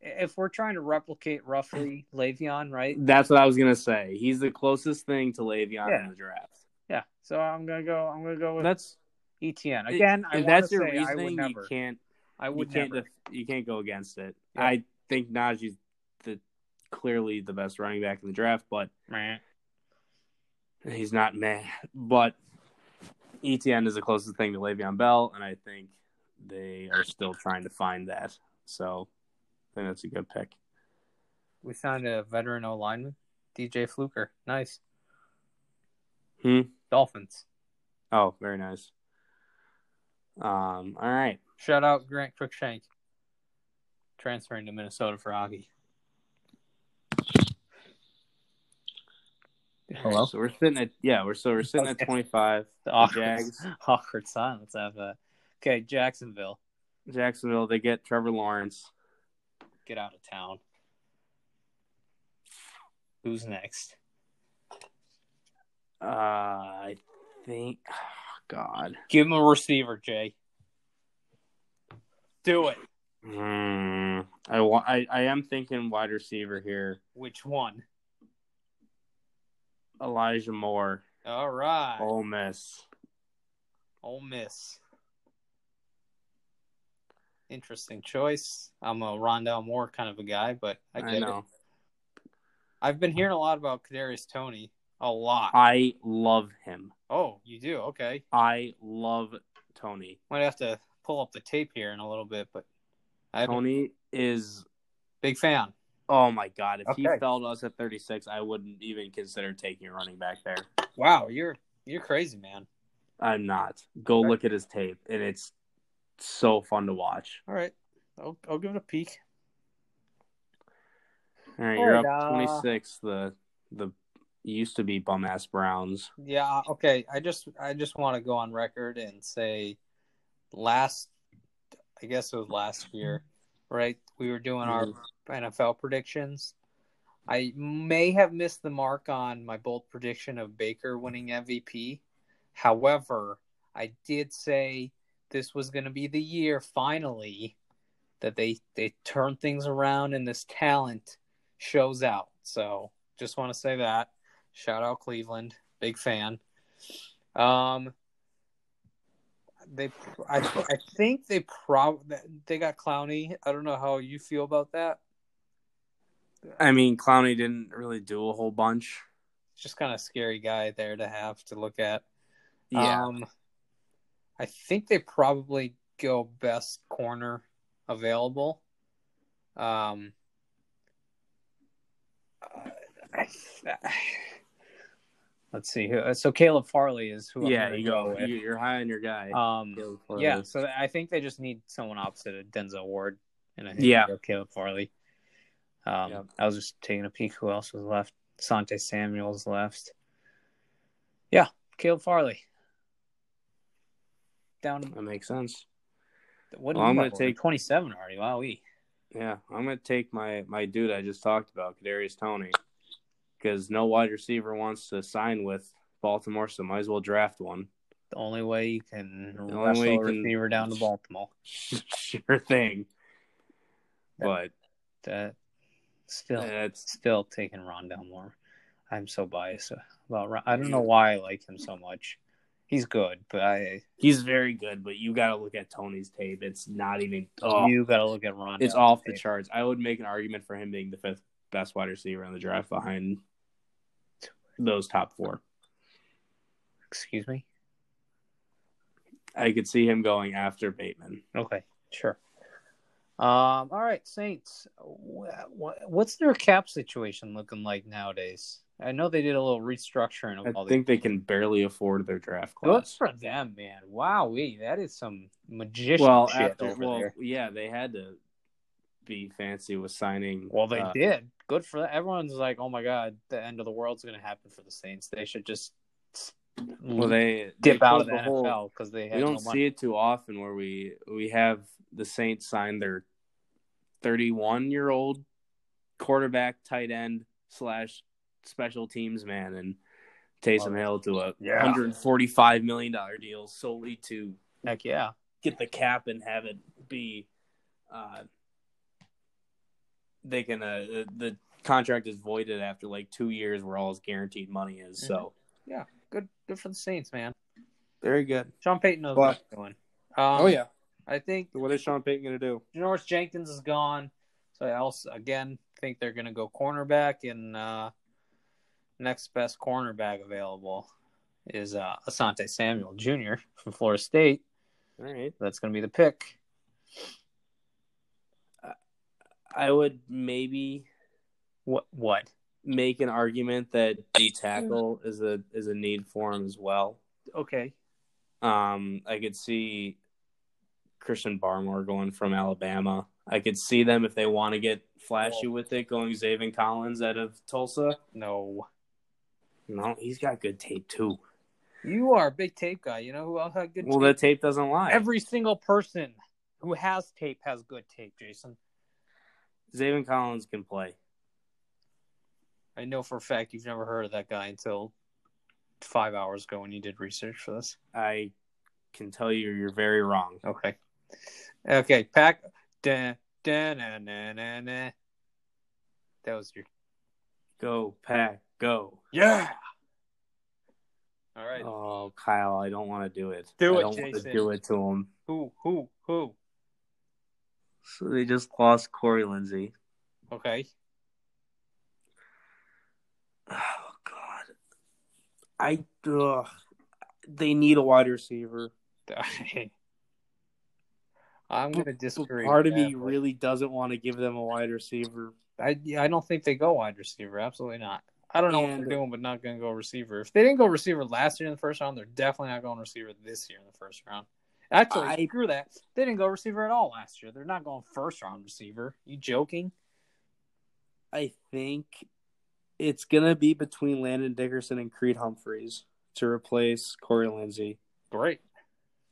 [SPEAKER 2] If we're trying to replicate roughly Le'Veon, right?
[SPEAKER 1] that's what I was gonna say. He's the closest thing to Le'Veon
[SPEAKER 2] Yeah.
[SPEAKER 1] in the draft.
[SPEAKER 2] Yeah. So I'm gonna go. I'm gonna go with
[SPEAKER 1] That's
[SPEAKER 2] ETN again. I
[SPEAKER 1] if
[SPEAKER 2] want to
[SPEAKER 1] that's your
[SPEAKER 2] say I would
[SPEAKER 1] reasoning. You
[SPEAKER 2] never.
[SPEAKER 1] can't.
[SPEAKER 2] I
[SPEAKER 1] You
[SPEAKER 2] would
[SPEAKER 1] can't.
[SPEAKER 2] never.
[SPEAKER 1] def- You can't go against it.
[SPEAKER 2] Yeah.
[SPEAKER 1] I think Najee's the clearly the best running back in the draft, but
[SPEAKER 2] Meh.
[SPEAKER 1] he's not meh. But ETN is the closest thing to Le'Veon Bell, and I think they are still trying to find that. So I think that's a good pick.
[SPEAKER 2] We signed a veteran O lineman, DJ Fluker. Nice.
[SPEAKER 1] Hmm.
[SPEAKER 2] Dolphins.
[SPEAKER 1] Oh, very nice. Um. All right.
[SPEAKER 2] Shout out Grant Cruikshank. Transferring to Minnesota for hockey. Hello?
[SPEAKER 1] So we're sitting at yeah. We're so we're sitting
[SPEAKER 2] Oh, Okay.
[SPEAKER 1] at twenty five.
[SPEAKER 2] *laughs* The awkward,
[SPEAKER 1] Jags.
[SPEAKER 2] *laughs* awkward silence. I have a okay. Jacksonville,
[SPEAKER 1] Jacksonville. They get Trevor Lawrence.
[SPEAKER 2] get out of town. Who's next?
[SPEAKER 1] Uh, I
[SPEAKER 2] *sighs*
[SPEAKER 1] think. Oh, God.
[SPEAKER 2] Give him a receiver, Jay. Do it.
[SPEAKER 1] Hmm. I, wa- I I am thinking wide receiver here.
[SPEAKER 2] Which one?
[SPEAKER 1] Elijah Moore,
[SPEAKER 2] All right.
[SPEAKER 1] Ole Miss.
[SPEAKER 2] Ole Miss. Interesting choice. I'm a Rondell Moore kind of a guy, but I
[SPEAKER 1] I,
[SPEAKER 2] get
[SPEAKER 1] know.
[SPEAKER 2] it. I've been hearing a lot about Kadarius Tony. A lot.
[SPEAKER 1] I love him.
[SPEAKER 2] oh, you do? Okay.
[SPEAKER 1] I love Tony.
[SPEAKER 2] Might have to pull up the tape here in a little bit, but I'm a
[SPEAKER 1] Tony is.
[SPEAKER 2] big fan.
[SPEAKER 1] Oh my God! If he
[SPEAKER 2] Okay.
[SPEAKER 1] fell to us at thirty six, I wouldn't even consider taking a running back there.
[SPEAKER 2] Wow, you're you're crazy, man.
[SPEAKER 1] I'm not. Go
[SPEAKER 2] Okay.
[SPEAKER 1] look at his tape, and it's so fun to watch.
[SPEAKER 2] All right. I'll, I'll give it a peek.
[SPEAKER 1] All right, you're
[SPEAKER 2] Alright,
[SPEAKER 1] up
[SPEAKER 2] uh,
[SPEAKER 1] twenty six. The the used to be bum ass Browns.
[SPEAKER 2] Yeah, uh, okay. I just I just want to go on record and say last I guess it was last year, right? We were doing our
[SPEAKER 1] Mhm.
[SPEAKER 2] NFL predictions. I may have missed the mark on my bold prediction of Baker winning MVP. However, I did say this was going to be the year finally that they they turn things around and this talent shows out. So, just want to say that. Shout out Cleveland, big fan. Um, they, I, I think they prob they got Clowney. I don't know how you feel about that.
[SPEAKER 1] I mean, Clowney didn't really do a whole bunch.
[SPEAKER 2] Just kind of scary guy there to have to look at.
[SPEAKER 1] Yeah,
[SPEAKER 2] Um, I think they probably go best corner available. Um, uh, *sighs* let's see. who- So Caleb Farley is who. I'm
[SPEAKER 1] yeah,
[SPEAKER 2] gonna
[SPEAKER 1] you go.
[SPEAKER 2] with.
[SPEAKER 1] You, you're high on your guy.
[SPEAKER 2] Um,
[SPEAKER 1] Caleb Farley.
[SPEAKER 2] yeah, so I think they just need someone opposite of Denzel Ward, and I think
[SPEAKER 1] Yeah.
[SPEAKER 2] they'll go Caleb Farley. Um,
[SPEAKER 1] Yep.
[SPEAKER 2] I was just taking a peek who else was left. Sante Samuel's left. Yeah, Caleb Farley. Down.
[SPEAKER 1] that makes sense.
[SPEAKER 2] What
[SPEAKER 1] Well, I'm gonna
[SPEAKER 2] going to
[SPEAKER 1] take-
[SPEAKER 2] twenty-seven already. Wow, we.
[SPEAKER 1] Yeah, I'm gonna take my my dude I just talked about, Kadarius Tony, because no wide receiver wants to sign with Baltimore, so might as well draft one. *laughs*
[SPEAKER 2] The only way you can
[SPEAKER 1] only
[SPEAKER 2] wrestle
[SPEAKER 1] way you
[SPEAKER 2] a
[SPEAKER 1] can-
[SPEAKER 2] receiver down to Baltimore.
[SPEAKER 1] sure thing. But
[SPEAKER 2] That still.
[SPEAKER 1] that's
[SPEAKER 2] still taking Rondell Moore. I'm so biased about Ron- I don't know why I like him so much. He's good, but I
[SPEAKER 1] he's very good, but you got to look at Tony's tape. It's not even. Oh,
[SPEAKER 2] you got to look at Rondell.
[SPEAKER 1] it's off the charts. I would make an argument for him being the fifth best wide receiver in the draft behind those top four.
[SPEAKER 2] Excuse me.
[SPEAKER 1] I could see him going after Bateman.
[SPEAKER 2] Okay, sure. Um. All right, Saints. Wha- wha- What's their cap situation looking like nowadays? I know they did a little restructuring of
[SPEAKER 1] I
[SPEAKER 2] all
[SPEAKER 1] think they can barely afford their draft
[SPEAKER 2] these. Good
[SPEAKER 1] class.
[SPEAKER 2] for them, man. Wowee, that is some magician
[SPEAKER 1] Well,
[SPEAKER 2] shit
[SPEAKER 1] after,
[SPEAKER 2] over
[SPEAKER 1] well,
[SPEAKER 2] there.
[SPEAKER 1] yeah, they had to be fancy with signing.
[SPEAKER 2] Well, they
[SPEAKER 1] uh,
[SPEAKER 2] did. Good for that. Everyone's like, "Oh my god, the end of the world's going to happen for the Saints. They should just
[SPEAKER 1] Well, they
[SPEAKER 2] dip
[SPEAKER 1] they
[SPEAKER 2] out of
[SPEAKER 1] closed
[SPEAKER 2] the,
[SPEAKER 1] hole.
[SPEAKER 2] NFL because they have
[SPEAKER 1] We don't
[SPEAKER 2] no money.
[SPEAKER 1] see it too often where we we have the Saints sign their 31 year old quarterback, tight end slash special teams man, and Taysom Hill to a
[SPEAKER 2] Yeah.
[SPEAKER 1] 145 million dollar deal solely to
[SPEAKER 2] Heck yeah.
[SPEAKER 1] get the cap and have it be uh they can uh the- the contract is voided after like two years where all his guaranteed money is so
[SPEAKER 2] Good good for the Saints, man.
[SPEAKER 1] very good
[SPEAKER 2] Sean Payton knows
[SPEAKER 1] But-
[SPEAKER 2] what he's doing. Um,
[SPEAKER 4] oh yeah.
[SPEAKER 2] I think
[SPEAKER 1] what is sean payton gonna do
[SPEAKER 2] Janoris Jenkins is gone. So I also again think they're gonna go cornerback and uh next best cornerback available is uh Asante Samuel Jr. from Florida State.
[SPEAKER 1] all right
[SPEAKER 2] That's gonna be the pick.
[SPEAKER 1] i would maybe
[SPEAKER 2] What what?
[SPEAKER 1] make an argument that D tackle is a is a need for him as well
[SPEAKER 2] Okay.
[SPEAKER 1] Um, I could see Christian Barmore going from Alabama. I could see them if they want to get flashy with it, going Zayvon Collins out of Tulsa.
[SPEAKER 2] No.
[SPEAKER 1] No, he's got good tape too.
[SPEAKER 2] You are a big tape guy. You know who else had good
[SPEAKER 1] Well, that tape doesn't lie.
[SPEAKER 2] Every single person who has tape has good tape, Jason.
[SPEAKER 1] Zayvon Collins can play.
[SPEAKER 2] I know for a fact you've never heard of that guy until five hours ago when you did research for this.
[SPEAKER 1] I can tell you, you're very wrong.
[SPEAKER 2] Okay. Okay, pack. Da, da, na, na, na, na. That was your.
[SPEAKER 1] Go pack, go.
[SPEAKER 2] Yeah! All right.
[SPEAKER 1] Oh, Kyle, I don't want to do it. I
[SPEAKER 2] Do it,
[SPEAKER 1] don't want to
[SPEAKER 2] Jason.
[SPEAKER 1] do it to him.
[SPEAKER 2] Who, who, who?
[SPEAKER 1] So they just lost Corey Lindsey.
[SPEAKER 2] Okay. *laughs*
[SPEAKER 1] Oh God, I ugh. they need a wide receiver.
[SPEAKER 2] I'm going to disagree.
[SPEAKER 1] Part
[SPEAKER 2] with
[SPEAKER 1] of me
[SPEAKER 2] that, but
[SPEAKER 1] really doesn't want to give them a wide receiver.
[SPEAKER 2] I, yeah, I don't think they go wide receiver. Absolutely not. I don't know what
[SPEAKER 1] And- uh,
[SPEAKER 2] they're doing, but not going to go receiver. If they didn't go receiver last year in the first round, they're definitely not going receiver this year in the first round. Actually,
[SPEAKER 1] I-
[SPEAKER 2] screw that. They didn't go receiver at all last year. They're not going first round receiver. You joking?
[SPEAKER 1] I think it's gonna be between Landon Dickerson and Creed Humphreys to replace Corey Lindsey.
[SPEAKER 2] Great.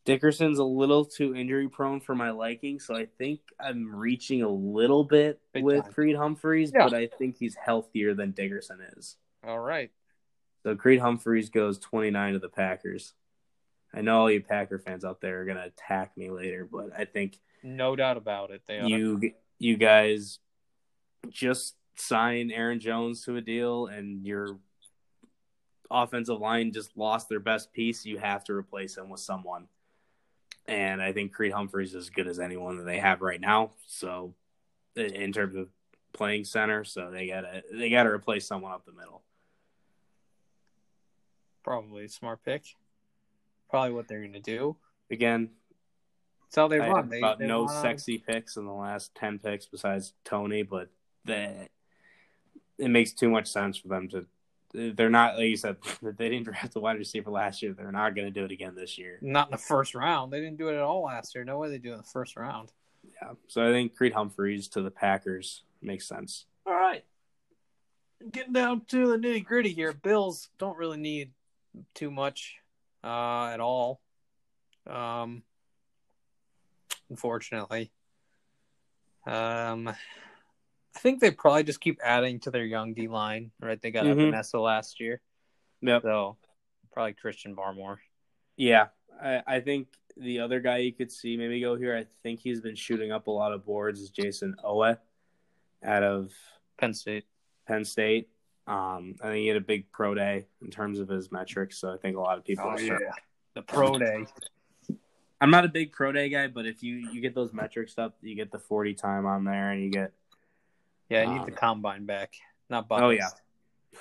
[SPEAKER 1] Dickerson's a little too injury prone for my liking, so I think I'm reaching a little bit
[SPEAKER 2] Big
[SPEAKER 1] with
[SPEAKER 2] time.
[SPEAKER 1] Creed Humphreys,
[SPEAKER 2] Yeah.
[SPEAKER 1] but I think he's healthier than Dickerson is.
[SPEAKER 2] All right.
[SPEAKER 1] So Creed Humphreys goes 29 to the Packers. I know all you Packer fans out there are going to attack me later, but I think
[SPEAKER 2] No doubt about it. They are.
[SPEAKER 1] you you guys just sign Aaron Jones to a deal and your offensive line just lost their best piece. You have to replace him with someone. And I think Creed Humphreys is as good as anyone that they have right now. So in- in terms of playing center, so they gotta they gotta replace someone up the middle.
[SPEAKER 2] probably a smart pick. Probably what they're going to do.
[SPEAKER 1] Again,
[SPEAKER 2] That's how they
[SPEAKER 1] I
[SPEAKER 2] run.
[SPEAKER 1] had
[SPEAKER 2] They,
[SPEAKER 1] about
[SPEAKER 2] they uh,
[SPEAKER 1] no
[SPEAKER 2] run on-
[SPEAKER 1] sexy picks in the last ten picks besides Tony, but that it makes too much sense for them to. They're not like you said. *laughs* They didn't draft a wide receiver last year. They're not going to do it again this year.
[SPEAKER 2] Not in the first round. They didn't do it at all last year. No way they do it in the first round.
[SPEAKER 1] Yeah. So I think Creed Humphreys to the Packers makes sense.
[SPEAKER 2] All right. Getting down to the nitty gritty here. Bills don't really need too much uh, at all. Um, unfortunately. Um, I think they probably just keep adding to their young D line, right? They got
[SPEAKER 1] Mhm.
[SPEAKER 2] Vanessa last year.
[SPEAKER 1] Yep.
[SPEAKER 2] So probably Christian Barmore.
[SPEAKER 1] Yeah. I, I think the other guy you could see maybe go here. I think he's been shooting up a lot of boards. Is Jason Owe out of
[SPEAKER 2] Penn State.
[SPEAKER 1] Penn State. Um, I think he had a big pro day in terms of his metrics, so I think a lot of
[SPEAKER 2] Oh,
[SPEAKER 1] people. are certain-
[SPEAKER 2] The pro day.
[SPEAKER 1] I'm not a big pro day guy, but if you you get those metrics up, you get the 40 time on there, and you get
[SPEAKER 2] Yeah, I need
[SPEAKER 1] Um,
[SPEAKER 2] the combine back. Not buckets.
[SPEAKER 1] Oh, yeah.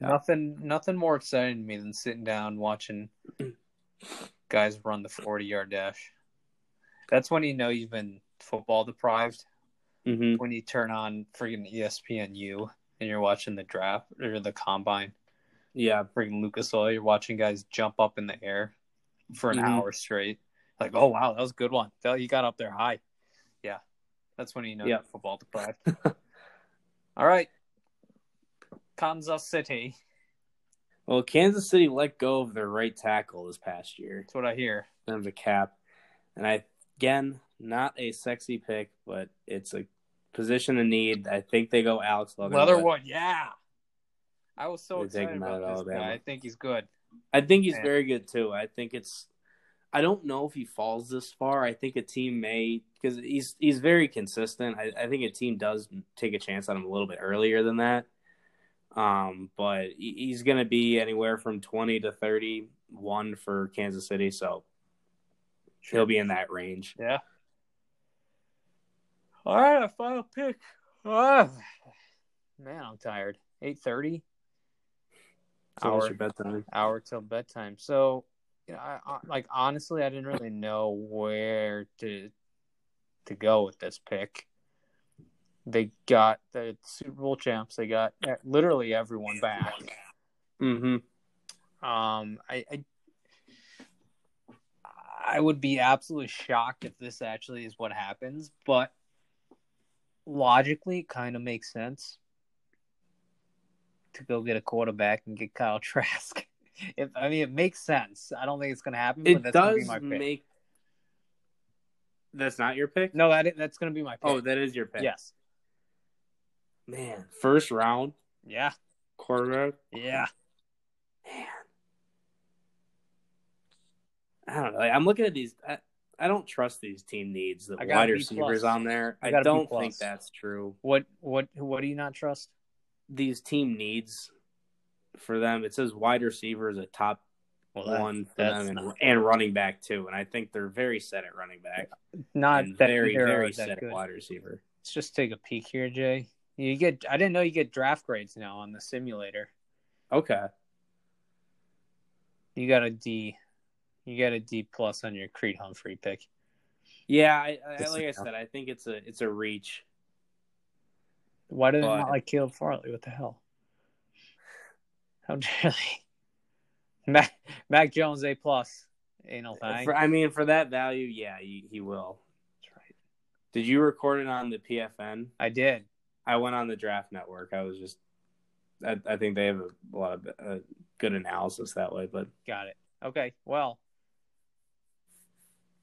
[SPEAKER 1] Yeah.
[SPEAKER 2] Nothing nothing more exciting to me than sitting
[SPEAKER 1] *clears throat*
[SPEAKER 2] down watching guys run the forty yard dash. That's when you know you've been football deprived.
[SPEAKER 1] Mhm.
[SPEAKER 2] When you turn on E friggin' ESPNU and you're watching the draft or the combine.
[SPEAKER 1] yeah,
[SPEAKER 2] Friggin' Lucas Oil, you're watching guys jump up in the air for an
[SPEAKER 1] Mhm.
[SPEAKER 2] hour straight. Like, oh wow, that was a good one. That- You got up there high. Yeah. That's when you know
[SPEAKER 1] Yeah.
[SPEAKER 2] you're football deprived. *laughs* All right. Kansas City.
[SPEAKER 1] Well, Kansas City let go of their right tackle this past year
[SPEAKER 2] That's what I hear.
[SPEAKER 1] in terms of cap, and I again not a sexy pick, but it's a position in need. I think they go Alex Leatherwood.
[SPEAKER 2] Leatherwood, yeah. I was so
[SPEAKER 1] They take
[SPEAKER 2] excited
[SPEAKER 1] him out
[SPEAKER 2] about
[SPEAKER 1] of
[SPEAKER 2] this guy.
[SPEAKER 1] Alabama.
[SPEAKER 2] I think he's good.
[SPEAKER 1] I think he's
[SPEAKER 2] Yeah.
[SPEAKER 1] very good too. I think it's. I don't know if he falls this far. I think a team may because he's he's very consistent. I, I think a team does take a chance on him a little bit earlier than that. Um, but he- he's going to be anywhere from twenty to thirty-one for Kansas City, so he'll be in that range.
[SPEAKER 2] Yeah. All right, a final pick. Ah, man, I'm tired. Eight thirty.
[SPEAKER 1] So
[SPEAKER 2] Hour.
[SPEAKER 1] what's your bedtime?
[SPEAKER 2] hour till bedtime. So, you know, I, I like honestly, I didn't really know where to to go with this pick. They got the Super Bowl champs. They got uh, literally everyone back.
[SPEAKER 1] Mm-hmm.
[SPEAKER 2] Um, I, I I would be absolutely shocked if this actually is what happens, but logically, it kind of makes sense to go get a quarterback and get Kyle *laughs* Trask. If I mean, it makes sense. I don't think it's going to happen, but
[SPEAKER 1] It
[SPEAKER 2] that's going to be
[SPEAKER 1] does
[SPEAKER 2] my pick.
[SPEAKER 1] make. That's not your pick.
[SPEAKER 2] No, that that's going to be my pick.
[SPEAKER 1] Oh, that is your pick.
[SPEAKER 2] yes,
[SPEAKER 1] Man, first round
[SPEAKER 2] yeah,
[SPEAKER 1] quarterback.
[SPEAKER 2] yeah.
[SPEAKER 1] I don't know. I'm looking at these. I, I don't trust these team needs. The
[SPEAKER 2] I got a
[SPEAKER 1] wide
[SPEAKER 2] B
[SPEAKER 1] receivers
[SPEAKER 2] plus.
[SPEAKER 1] on there.
[SPEAKER 2] I
[SPEAKER 1] I,
[SPEAKER 2] got a B
[SPEAKER 1] don't
[SPEAKER 2] plus.
[SPEAKER 1] think that's true.
[SPEAKER 2] What what what do you not trust?
[SPEAKER 1] These team needs for them. It says wide receiver is a top
[SPEAKER 2] that-
[SPEAKER 1] one for
[SPEAKER 2] that's
[SPEAKER 1] them, and,
[SPEAKER 2] not-
[SPEAKER 1] and running back too. And I think they're very set at running back.
[SPEAKER 2] not
[SPEAKER 1] and
[SPEAKER 2] that
[SPEAKER 1] very
[SPEAKER 2] either are
[SPEAKER 1] very
[SPEAKER 2] that
[SPEAKER 1] set
[SPEAKER 2] good.
[SPEAKER 1] at wide receiver.
[SPEAKER 2] Let's just take a peek here, Jay. You get I didn't know you get draft grades now on the simulator.
[SPEAKER 1] Okay.
[SPEAKER 2] You got a D. You got a D plus on your Creed Humphrey pick.
[SPEAKER 1] Yeah. I, I
[SPEAKER 2] This
[SPEAKER 1] like I
[SPEAKER 2] is-
[SPEAKER 1] said. I think it's a it's a reach.
[SPEAKER 2] Why do they
[SPEAKER 1] But-
[SPEAKER 2] not like Caleb Farley? What the hell? How dare they? *laughs* Mac Mac Jones A plus. Ain't no thing.
[SPEAKER 1] For, I mean, for that value, yeah, he, he will.
[SPEAKER 2] That's right.
[SPEAKER 1] Did you record it on the PFN?
[SPEAKER 2] I did.
[SPEAKER 1] I went on the Draft Network. I was just, I, I think they have a, lot of uh, good analysis that way. But
[SPEAKER 2] Got it. Okay. Well,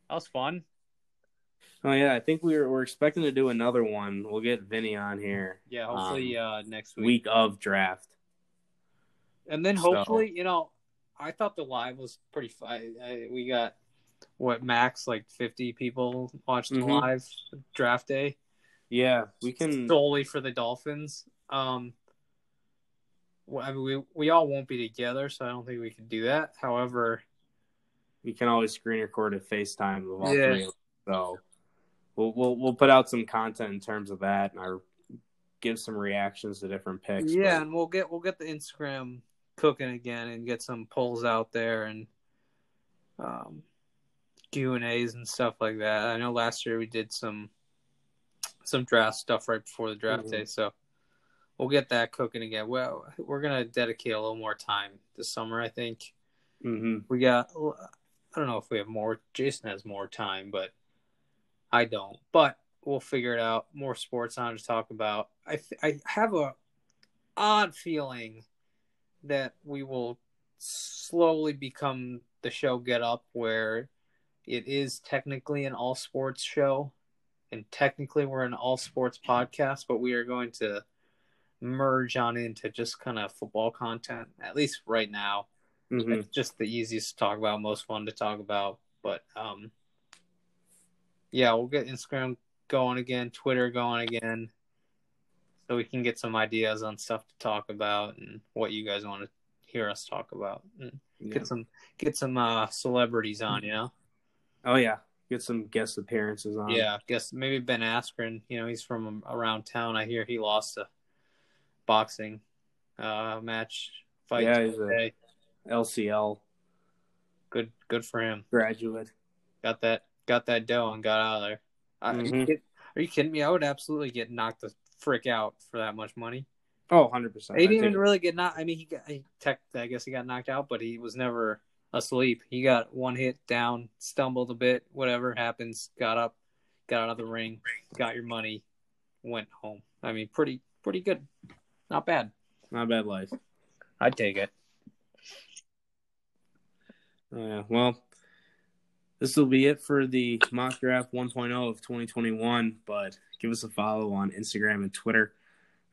[SPEAKER 2] that was fun.
[SPEAKER 1] oh yeah, I think we were, we're expecting to do another one. We'll get Vinny on here
[SPEAKER 2] Yeah.
[SPEAKER 1] hopefully,
[SPEAKER 2] uh, next
[SPEAKER 1] week of draft.
[SPEAKER 2] And then
[SPEAKER 1] So-
[SPEAKER 2] hopefully, you know, I thought the live was pretty. fu- I, I, we got what max like fifty people watched the
[SPEAKER 1] Mhm.
[SPEAKER 2] live draft day
[SPEAKER 1] Yeah, we can.
[SPEAKER 2] solely for the Dolphins. Um, well, I mean, we we all won't be together, so I don't think we can do that. However,
[SPEAKER 1] we can always screen record a FaceTime of all
[SPEAKER 2] Yeah.
[SPEAKER 1] three. of us. So we'll, we'll we'll put out some content in terms of that, and our give some reactions to different picks. but-
[SPEAKER 2] yeah, and we'll get we'll get the Instagram cooking again and get some polls out there and um, Q and A's and stuff like that. I know last year we did some some draft stuff right before the draft
[SPEAKER 1] Mhm.
[SPEAKER 2] day, so we'll get that cooking again. Well, we're gonna dedicate a little more time this summer, I think.
[SPEAKER 1] Mhm.
[SPEAKER 2] We got. I don't know if we have more. Jason has more time, but I don't. But we'll figure it out. More sports on to talk about. I th- I have a odd feeling that we will slowly become the show Get Up, where it is technically an all sports show, and technically we're an all sports podcast, but we are going to merge on into just kind of football content, at least right now
[SPEAKER 1] Mhm.
[SPEAKER 2] it's just the easiest to talk about, most fun to talk about. But um, yeah, we'll get Instagram going again, Twitter going again, so we can get some ideas on stuff to talk about and what you guys want to hear us talk about. And
[SPEAKER 1] Yeah.
[SPEAKER 2] Get some get some uh, celebrities on, you know.
[SPEAKER 1] Oh yeah, get some guest appearances on.
[SPEAKER 2] yeah, I guess maybe Ben Askren. You know, he's from around town. I hear he lost a boxing uh, match fight
[SPEAKER 1] Yeah, he's a-
[SPEAKER 2] today.
[SPEAKER 1] LCL
[SPEAKER 2] Good, good for him.
[SPEAKER 1] graduate.
[SPEAKER 2] got that got that dough and got out of there. I- Are, you
[SPEAKER 1] Mhm.
[SPEAKER 2] kid- are you kidding me? I would absolutely get knocked the frick out for that much money.
[SPEAKER 1] Oh, 100 percent.
[SPEAKER 2] He didn't even really get knocked. I mean, he got he tech. I guess he got knocked out, but he was never asleep. He got one hit down, stumbled a bit, whatever happens. Got up, got out of the ring, got your money, went home. I mean, pretty pretty good, not bad.
[SPEAKER 1] Not bad life.
[SPEAKER 2] I'd take it.
[SPEAKER 1] Oh, yeah. Well, This will be it for the mock draft 1.0 of 2021. But give us a follow on Instagram and Twitter.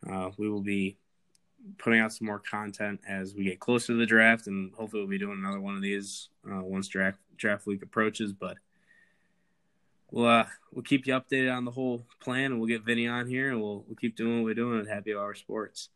[SPEAKER 1] Uh, we will be putting out some more content as we get closer to the draft, and hopefully we'll be doing another one of these uh, once draft draft week approaches. But we'll uh, we'll keep you updated on the whole plan, and we'll get Vinny on here, and we'll we'll keep doing what we're doing at Happy Hour Sports.